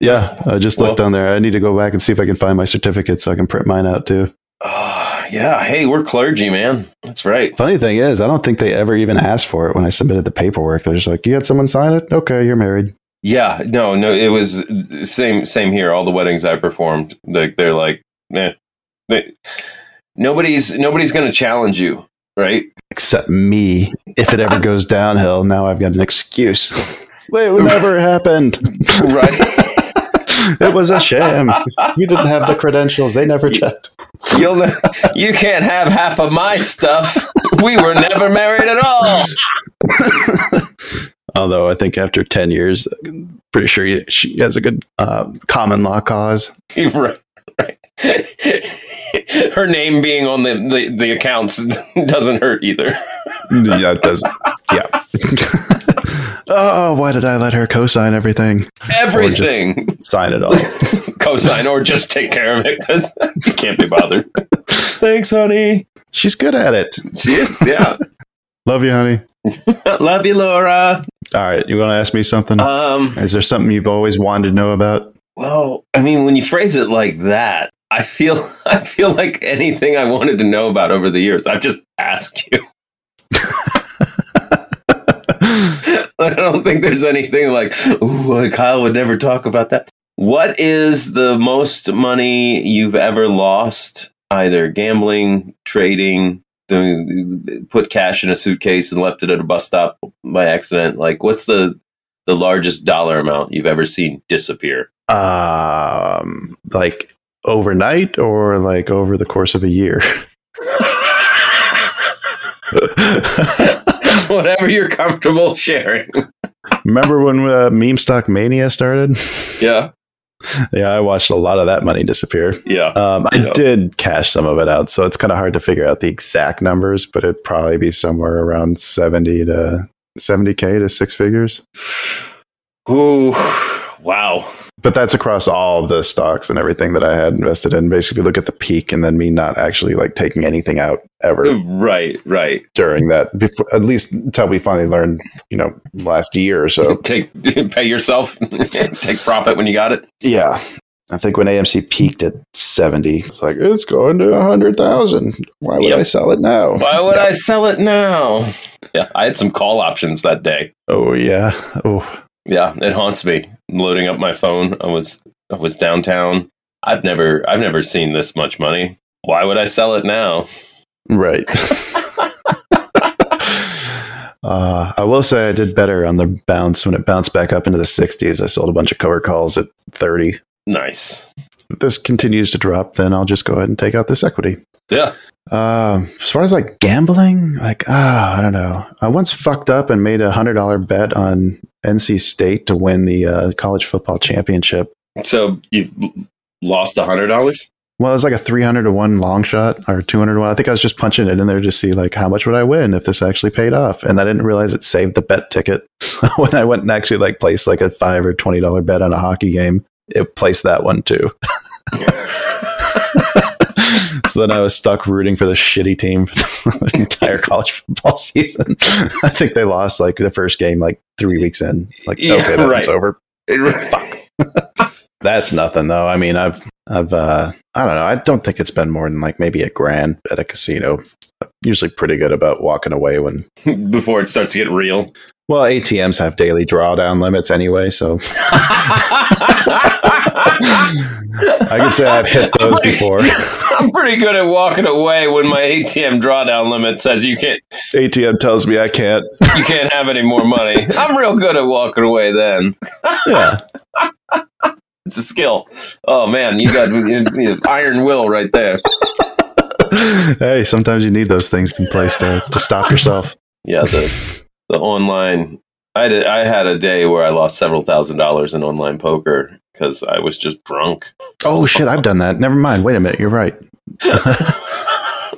Speaker 2: Yeah, I just looked
Speaker 1: Well-
Speaker 2: on there. I need to go back and see if I can find my certificate so I can print mine out too.
Speaker 1: Oh, yeah. Hey, we're clergy, man. That's right.
Speaker 2: Funny thing is, I don't think they ever even asked for it when I submitted the paperwork. They're just like, "You had someone sign it? Okay, you're married."
Speaker 1: Yeah, no, no, it was same same here. All the weddings I performed, like they're like, eh, They- nobody's nobody's going to challenge you, right?
Speaker 2: Except me. If it ever goes downhill, now I've got an excuse. Wait, it never happened.
Speaker 1: Right?
Speaker 2: It was a sham. You didn't have the credentials. They never checked.
Speaker 1: You'll ne- you can't have half of my stuff. We were never married at all.
Speaker 2: Although I think after ten years, I'm pretty sure you- she has a good uh, common law cause.
Speaker 1: You're right. right. Her name being on the, the, the accounts doesn't hurt either.
Speaker 2: yeah, it does. Yeah. oh, why did I let her co-sign everything?
Speaker 1: Everything,
Speaker 2: Sign it all.
Speaker 1: cosign, or just take care of it because you can't be bothered. Thanks, honey.
Speaker 2: She's good at it.
Speaker 1: She is, yeah.
Speaker 2: Love you, honey.
Speaker 1: Love you, Laura.
Speaker 2: All right, you want to ask me something?
Speaker 1: Um,
Speaker 2: Is there something you've always wanted to know about?
Speaker 1: well, I mean, when you phrase it like that, I feel I feel like anything I wanted to know about over the years, I've just asked you. I don't think there's anything like, ooh, uh, Kyle would never talk about that. What is the most money you've ever lost, either gambling, trading, doing, put cash in a suitcase and left it at a bus stop by accident? Like, what's the the largest dollar amount you've ever seen disappear?
Speaker 2: Um, like overnight or like over the course of a year?
Speaker 1: Whatever you're comfortable sharing.
Speaker 2: Remember when uh, meme stock mania started?
Speaker 1: Yeah,
Speaker 2: yeah, I watched a lot of that money disappear.
Speaker 1: yeah.
Speaker 2: Um, I
Speaker 1: Yeah.
Speaker 2: did cash some of it out, so it's kind of hard to figure out the exact numbers, but it'd probably be somewhere around seventy to seventy k to six figures.
Speaker 1: Ooh, wow.
Speaker 2: But that's across all the stocks and everything that I had invested in. Basically, look at the peak and then me not actually like taking anything out
Speaker 1: Hmm.
Speaker 2: ever
Speaker 1: Right, right.
Speaker 2: during that. Before, at least until we finally learned, you know, last year or so.
Speaker 1: Take pay yourself. Take profit when you got it.
Speaker 2: yeah, I think when AMC peaked at seventy, it's like it's going to a hundred thousand. Why would
Speaker 1: Yep.
Speaker 2: I sell it now?
Speaker 1: Why would I sell it now? Yeah, I had some call options that day.
Speaker 2: Oh yeah. Oh.
Speaker 1: Yeah, it haunts me. I'm loading up my phone. I was I was downtown. I've never I've never seen this much money. Why would I sell it now?
Speaker 2: Right. uh, I will say I did better on the bounce when it bounced back up into the 60s. I sold a bunch of cover calls at 30.
Speaker 1: Nice.
Speaker 2: If this continues to drop, then I'll just go ahead and take out this equity.
Speaker 1: Yeah.
Speaker 2: Um, as far as like gambling, like ah, I don't know. I once fucked up and made a hundred dollar bet on NC State to win the uh, college football championship,
Speaker 1: So you've lost a hundred dollars.
Speaker 2: Well, it's like a 300 to 1 long shot or 200 to 1. I think I was just punching it in there to see like how much would I win if this actually paid off. And I didn't realize it saved the bet ticket. So when I went and actually like placed like a 5 or $20 bet on a hockey game, it placed that one too. so then I was stuck rooting for the shitty team for the entire college football season. I think they lost like the first game like 3 weeks in. Like
Speaker 1: Yeah,
Speaker 2: okay, that's
Speaker 1: right.
Speaker 2: over.
Speaker 1: Fuck.
Speaker 2: That's nothing though. I mean, I've I've uh I don't know. I don't think it's been more than like maybe a grand at a casino. Usually pretty good about walking away when
Speaker 1: Before it starts to get real.
Speaker 2: well, ATMs have daily drawdown limits anyway, so I
Speaker 1: I
Speaker 2: can say I've hit those before.
Speaker 1: I'm pretty good at walking away when my ATM drawdown limit says you can't
Speaker 2: ATM tells me I can't.
Speaker 1: you can't have any more money. I'm real good at walking away then.
Speaker 2: Yeah.
Speaker 1: It's a skill. Oh man, you got you- you- iron will right there.
Speaker 2: hey, sometimes you need those things in place to, to stop yourself.
Speaker 1: Yeah, the the online. I did, I had a day where I lost several thousand dollars in online poker because I was just drunk.
Speaker 2: Oh shit, I've done that. Never mind. Wait a minute, you're right.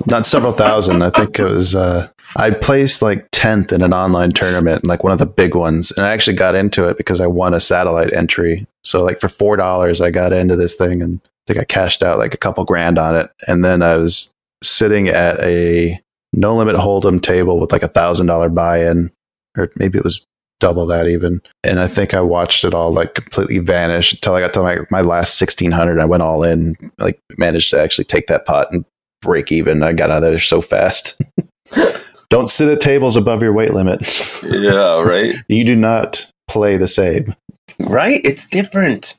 Speaker 2: Not several thousand. I think it was uh I placed like tenth in an online tournament, like one of the big ones, and I actually got into it because I won a satellite entry. So like for four dollars I got into this thing and I think I cashed out like a couple grand on it. And then I was sitting at a no limit hold'em table with like a thousand dollar buy in, or maybe it was double that even. And I think I watched it all like completely vanish until I got to my, my last sixteen hundred. I went all in, like managed to actually take that pot and break even. I got out of there so fast. Don't sit at tables above your weight limit.
Speaker 1: Yeah, right,
Speaker 2: You do not play the same.
Speaker 1: right. It's different.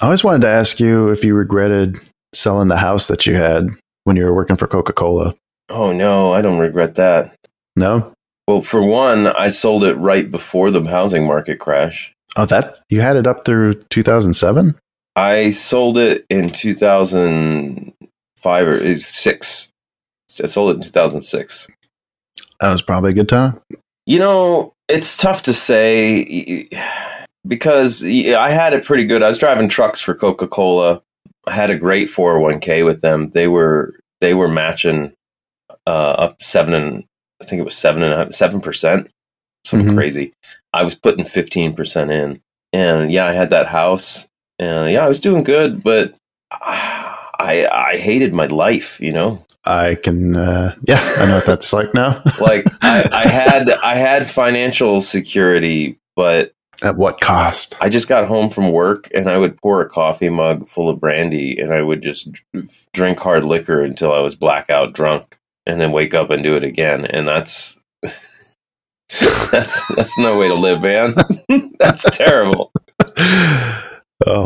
Speaker 2: I always wanted to ask you if you regretted selling the house that you had when you were working for Coca Cola.
Speaker 1: Oh no, I don't regret that.
Speaker 2: No?
Speaker 1: Well, for one, I sold it right before the housing market crash.
Speaker 2: Oh, that you had it up through 2007?
Speaker 1: I sold it in 2005 or eh, 6. I sold it in 2006.
Speaker 2: That was probably a good time.
Speaker 1: You know, it's tough to say y- y- because y- I had it pretty good. I was driving trucks for Coca-Cola. I had a great 401k with them. They were they were matching uh, up seven and I think it was seven and seven percent, something
Speaker 2: Mhm.
Speaker 1: crazy. I was putting fifteen percent in, and yeah, I had that house, and yeah, I was doing good, but ah, I I hated my life, you know.
Speaker 2: I can, uh, yeah, I know what that's like now.
Speaker 1: like I, I had I had financial security, but
Speaker 2: at what cost?
Speaker 1: I just got home from work and I would pour a coffee mug full of brandy and I would just dr- drink hard liquor until I was blackout drunk and then wake up and do it again. And that's that's that's no way to live, man. that's terrible.
Speaker 2: oh,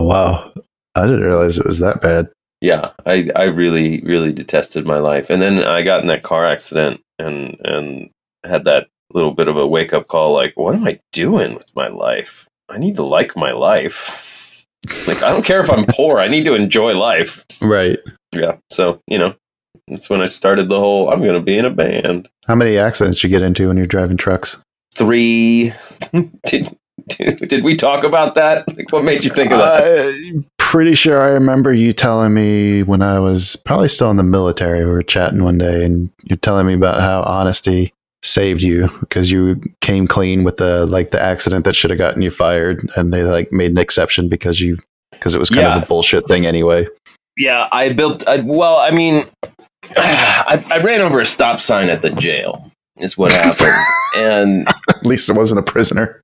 Speaker 2: wow. I didn't realize it was that bad.
Speaker 1: yeah i i really really detested my life and then i got in that car accident and and had that little bit of a wake up call like what am i doing with my life i need to like my life like i don't care if i'm poor i need to enjoy life
Speaker 2: Right.
Speaker 1: yeah so you know that's when i started the whole i'm gonna be in a band
Speaker 2: How many accidents you get into when you're driving trucks?
Speaker 1: three did, did did we talk about that like what made you think of that
Speaker 2: Uh, pretty sure I remember you telling me when I was probably still in the military. We were chatting one day, and you're telling me about how honesty saved you because you came clean with the like the accident that should have gotten you fired, and they like made an exception because you because it was kind
Speaker 1: Yeah.
Speaker 2: of a bullshit thing anyway.
Speaker 1: yeah i built I, well i mean I, I ran over a stop sign at the jail is what happened and
Speaker 2: At least it wasn't a prisoner.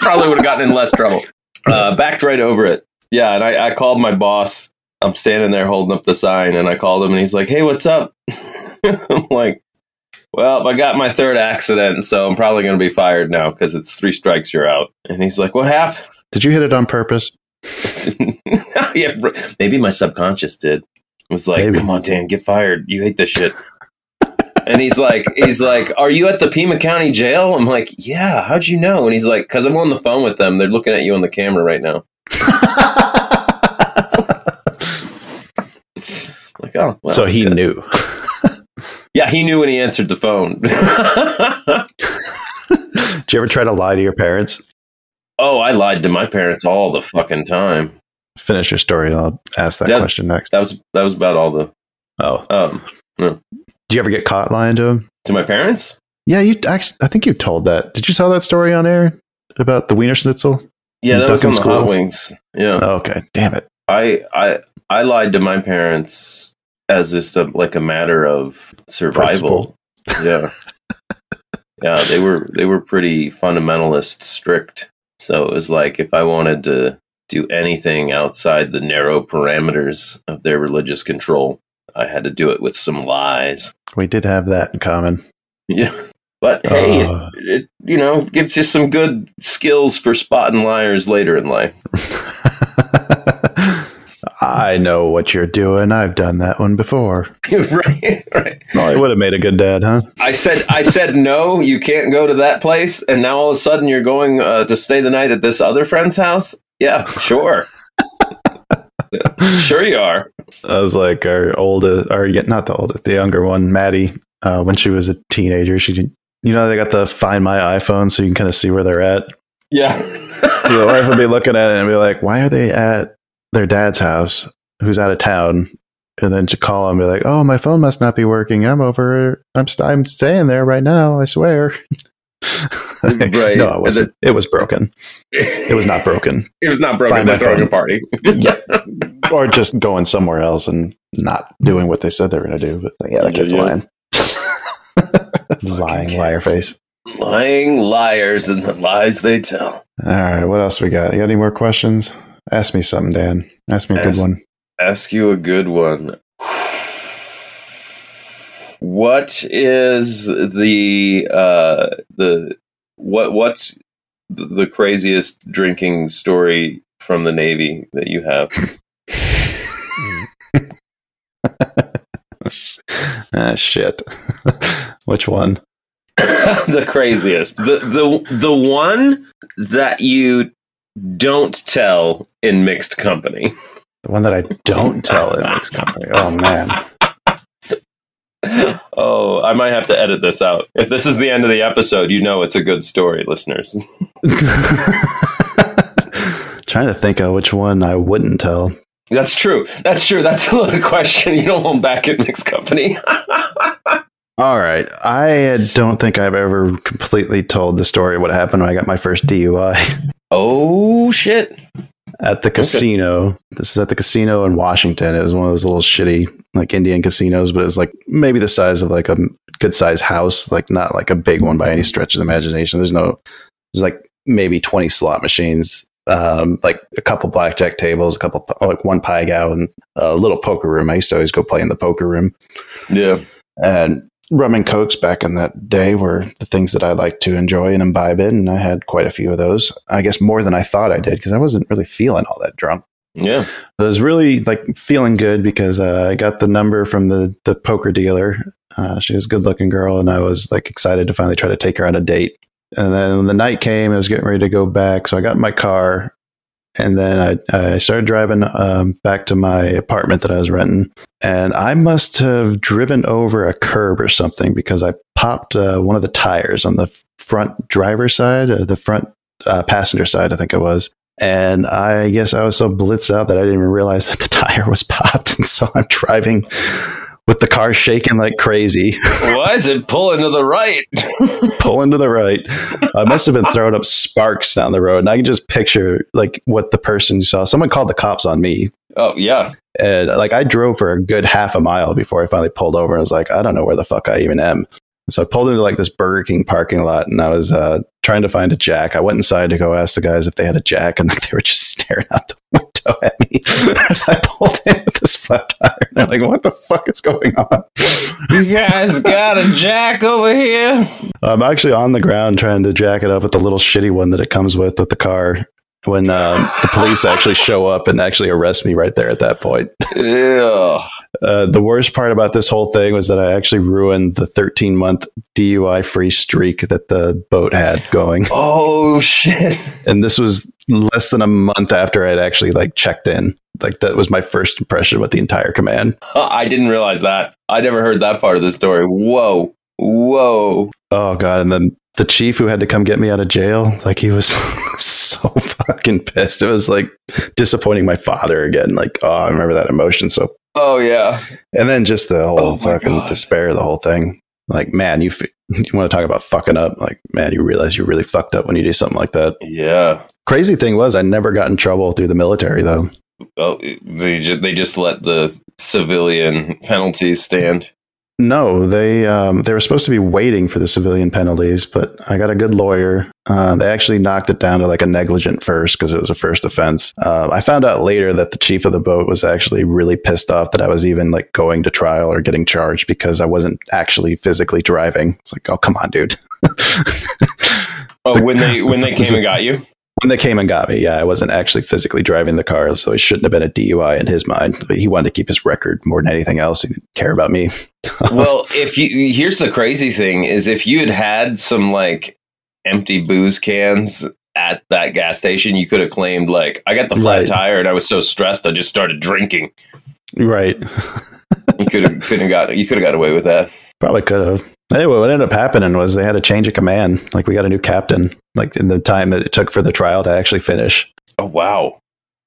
Speaker 1: probably would have gotten in less trouble uh, backed right over it yeah and I, I called my boss i'm standing there holding up the sign and i called him and he's like hey what's up i'm like well i got my third accident so i'm probably going to be fired now because it's three strikes you're out and he's like what happened
Speaker 2: Did you hit it on purpose?
Speaker 1: yeah, br- maybe my subconscious did. It was like,
Speaker 2: Maybe.
Speaker 1: come on, Dan, get fired. You hate this shit. and he's like, he's like, are you at the Pima County Jail? I'm like, yeah. How'd you know? And he's like, because I'm on the phone with them. They're looking at you on the camera right now. Like, oh, well,
Speaker 2: so he
Speaker 1: good.
Speaker 2: knew.
Speaker 1: yeah, he knew when he answered the phone.
Speaker 2: Did you ever try to lie to your parents?
Speaker 1: Oh, I lied to my parents all the fucking time.
Speaker 2: Finish your story. and I'll ask that
Speaker 1: That-
Speaker 2: question next.
Speaker 1: That was that was about all the
Speaker 2: Oh,
Speaker 1: um
Speaker 2: do you ever get caught lying to him?
Speaker 1: to my parents.
Speaker 2: Yeah, you actually. I think you told that. Did you tell that story on air about the Wiener Schnitzel?
Speaker 1: Yeah, that
Speaker 2: Duck
Speaker 1: was
Speaker 2: in
Speaker 1: on the
Speaker 2: school.
Speaker 1: hot wings. Yeah,
Speaker 2: Oh, okay, damn it.
Speaker 1: I I I lied to my parents as just a, like a matter of survival. Yeah, yeah, they were they were pretty fundamentalist strict. So it was like if I wanted to do anything outside the narrow parameters of their religious control, I had to do it with some lies.
Speaker 2: We did have that in common.
Speaker 1: Yeah. But hey, it-
Speaker 2: Uh.
Speaker 1: it, you know gives you some good skills for spotting liars later in life.
Speaker 2: I know what you're doing. I've done that one before.
Speaker 1: right, right.
Speaker 2: I would have made a good dad, huh?
Speaker 1: I said, I said, no, you can't go to that place. And now all of a sudden you're going uh, to stay the night at this other friend's house. Yeah, sure. sure you are.
Speaker 2: I was like our oldest, or yeah, not the oldest, the younger one, Maddie. Uh, when she was a teenager, she didn't. You know, they got the Find My iPhone, so you can kind of see where they're at.
Speaker 1: Yeah.
Speaker 2: the wife would be looking at it and be like, "Why are they at their dad's house? Who's out of town?" And then to call and be like, "Oh, my phone must not be working. I'm over. I'm st- I'm staying there right now. I swear."
Speaker 1: Right.
Speaker 2: No, it wasn't. It was broken. It was not broken.
Speaker 1: It was
Speaker 2: Find
Speaker 1: not broken. They're
Speaker 2: my
Speaker 1: throwing
Speaker 2: phone.
Speaker 1: a party.
Speaker 2: yeah. Or just going somewhere else and not doing what they said they were going to do. But yeah, that kid's
Speaker 1: Yeah.
Speaker 2: lying. lying liar
Speaker 1: kids.
Speaker 2: face.
Speaker 1: Lying liars and the lies they tell.
Speaker 2: All right. What else we got? You got any more questions? Ask me something, Dan. Ask me a
Speaker 1: Ask-
Speaker 2: good one.
Speaker 1: Ask you a good one. What is the uh the what what's th- the craziest drinking story from the Navy that you have?
Speaker 2: ah, shit. Which one?
Speaker 1: the craziest. The the the one that you don't tell in mixed company.
Speaker 2: The one that I don't tell in mixed company. Oh man,
Speaker 1: oh, I might have to edit this out. If this is the end of the episode, you know it's a good story, listeners.
Speaker 2: trying to think of which one I wouldn't tell.
Speaker 1: That's true. That's true. That's a loaded question. You don't want back at mixed company.
Speaker 2: All right, I don't think I've ever completely told the story of what happened when I got my first DUI
Speaker 1: oh shit!
Speaker 2: at the casino. This is at the casino in Washington. It was one of those little shitty like Indian casinos, but it was like maybe the size of like a good sized house, like not like a big one by any stretch of the imagination. There's no there's like maybe 20 slot machines um, like a couple blackjack tables a couple like one pie gow and a little poker room i used to always go play in the poker room
Speaker 1: Yeah,
Speaker 2: and rum and cokes back in that day were the things that i liked to enjoy and imbibe in and i had quite a few of those i guess more than i thought i did because i wasn't really feeling all that drunk
Speaker 1: yeah.
Speaker 2: I was really like feeling good because uh, I got the number from the the poker dealer. Uh, she was a good looking girl, and I was like excited to finally try to take her on a date. And then when the night came, I was getting ready to go back, so I got in my car, and then I, I started driving um, back to my apartment that I was renting. And I must have driven over a curb or something because I popped uh, one of the tires on the front driver's side or the front uh, passenger side, I think it was. And I guess I was so blitzed out that I didn't even realize that the tire was popped. And so I'm driving with the car shaking like crazy,
Speaker 1: Why is it pulling to the right?
Speaker 2: pulling to the right. I must have been throwing up sparks down the road. And I can just picture like what the person saw. Someone called the cops on me.
Speaker 1: oh yeah,
Speaker 2: And like I drove for a good half a mile before I finally pulled over. And I was like, I don't know where the fuck I even am. So I pulled into like this Burger King parking lot and I was uh, trying to find a jack. I went inside to go ask the guys if they had a jack and like, they were just staring out the window at me as I pulled in with this flat tire. And they're like, what the fuck is going on?
Speaker 1: you guys got a jack over here.
Speaker 2: I'm actually on the ground trying to jack it up with the little shitty one that it comes with with the car when um, the police actually show up and actually arrest me right there at that point.
Speaker 1: Yeah.
Speaker 2: Uh, the worst part about this whole thing was that I actually ruined the 13 month DUI free streak that the boat had going.
Speaker 1: Oh shit.
Speaker 2: And this was less than a month after I'd actually like checked in. Like that was my first impression with the entire command.
Speaker 1: I didn't realize that. I never heard that part of the story. Whoa. Whoa.
Speaker 2: Oh god! And then the chief who had to come get me out of jail, like he was so fucking pissed. It was like disappointing my father again. Like, oh, I remember that emotion. So,
Speaker 1: Oh yeah.
Speaker 2: and then just the whole
Speaker 1: Oh my
Speaker 2: fucking
Speaker 1: God.
Speaker 2: despair of the whole thing. Like, man, you, f- you want to talk about fucking up? Like, man, you realize you really fucked up when you do something like that.
Speaker 1: Yeah.
Speaker 2: Crazy thing was, I never got in trouble through the military though.
Speaker 1: Oh, they ju- they just let the civilian penalties stand.
Speaker 2: No, they um, they were supposed to be waiting for the civilian penalties, but I got a good lawyer. Uh, they actually knocked it down to like a negligent first because it was a first offense. Uh, I found out later that the chief of the boat was actually really pissed off that I was even like going to trial or getting charged because I wasn't actually physically driving. It's like, oh come on, dude.
Speaker 1: Oh, when they when they came and got you.
Speaker 2: when they came and got me, yeah, I wasn't actually physically driving the car, so it shouldn't have been a DUI in his mind. But he wanted to keep his record more than anything else. He didn't care about me.
Speaker 1: well, if you here's the crazy thing is if you had had some like empty booze cans at that gas station, you could have claimed like I got the flat
Speaker 2: Right.
Speaker 1: tire and I was so stressed I just started drinking.
Speaker 2: Right.
Speaker 1: You could have couldn't have got you could have got away with that.
Speaker 2: Probably could have. Anyway, what ended up happening was they had a change of command. Like we got a new captain. Like in the time it took for the trial to actually finish.
Speaker 1: Oh wow.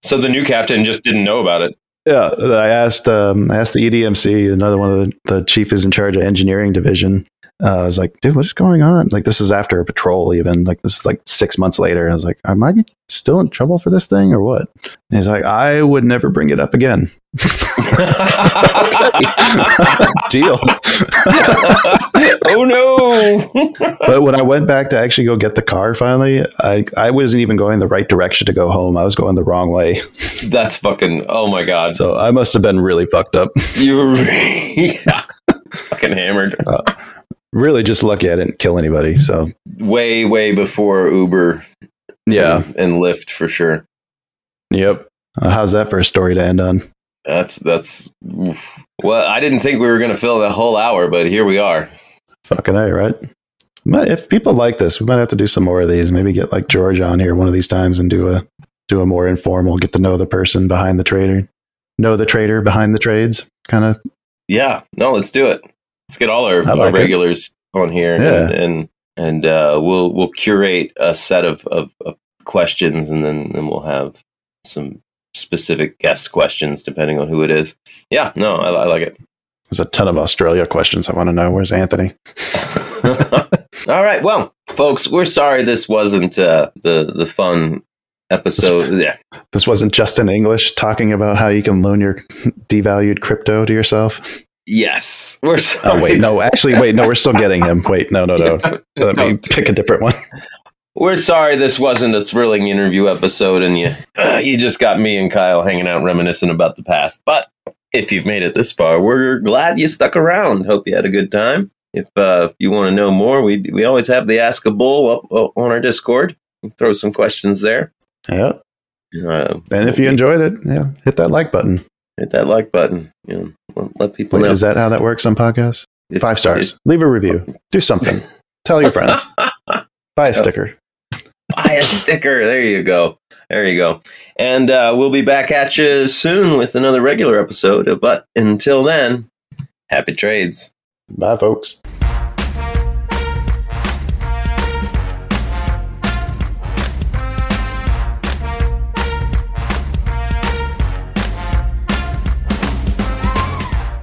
Speaker 1: So the new captain just didn't know about it.
Speaker 2: Yeah, I asked. Um, I asked the EDMC, another one of the, the chief is in charge of engineering division. Uh, I was like, dude, what's going on? Like this is after a patrol, even like this is like six months later. I was like, am I still in trouble for this thing or what? And he's like, I would never bring it up again. Deal.
Speaker 1: oh no.
Speaker 2: but when I went back to actually go get the car, finally, I I wasn't even going the right direction to go home. I was going the wrong way.
Speaker 1: That's fucking oh my god.
Speaker 2: So I must have been really fucked up.
Speaker 1: You were yeah, fucking hammered.
Speaker 2: Really just lucky I didn't kill anybody. So
Speaker 1: Way, way before Uber and, and Lyft for sure.
Speaker 2: Yep. Uh, how's that for a story to end on?
Speaker 1: That's that's oof. well, I didn't think we were gonna fill that whole hour, but here we are.
Speaker 2: Fucking A, right? But if people like this, we might have to do some more of these. Maybe get like George on here one of these times and do a do a more informal get to know the person behind the trader. Know the trader behind the trades kind of
Speaker 1: Yeah, no, let's do it. Let's get all our,
Speaker 2: I
Speaker 1: our
Speaker 2: like it.
Speaker 1: regulars on here
Speaker 2: Yeah.
Speaker 1: and and, and uh, we'll we'll curate a set of, of, of questions and then, then we'll have some specific guest questions depending on who it is. Yeah, no, I, I like it.
Speaker 2: there's a ton of Australia questions I want to know. Where's Anthony?
Speaker 1: All right, well, folks, we're sorry this wasn't uh, the the fun episode. Yeah,
Speaker 2: This wasn't just in English talking about how you can loan your devalued crypto to yourself.
Speaker 1: yes, we're sorry.
Speaker 2: Oh wait, no, actually wait, no, we're still getting him. Wait, no, no, no. Let me pick a different one.
Speaker 1: We're sorry this wasn't a thrilling interview episode, and you uh, you just got me and Kyle hanging out reminiscing about the past. But if you've made it this far, we're glad you stuck around. Hope you had a good time. If uh, you want to know more, we we always have the Ask a Bull up uh, on our Discord. Throw some questions there.
Speaker 2: Yep.
Speaker 1: Uh,
Speaker 2: And if you enjoyed it, yeah, hit that like button.
Speaker 1: hit that like button. You know, let- let people
Speaker 2: Wait,
Speaker 1: know.
Speaker 2: is that how that works on podcasts?
Speaker 1: If-
Speaker 2: Five stars. Leave a review. Do something. Tell your friends. Buy a sticker.
Speaker 1: buy a sticker. There you go. There you go. And uh, we'll be back at you soon with another regular episode. But until then, happy trades.
Speaker 2: Bye, folks.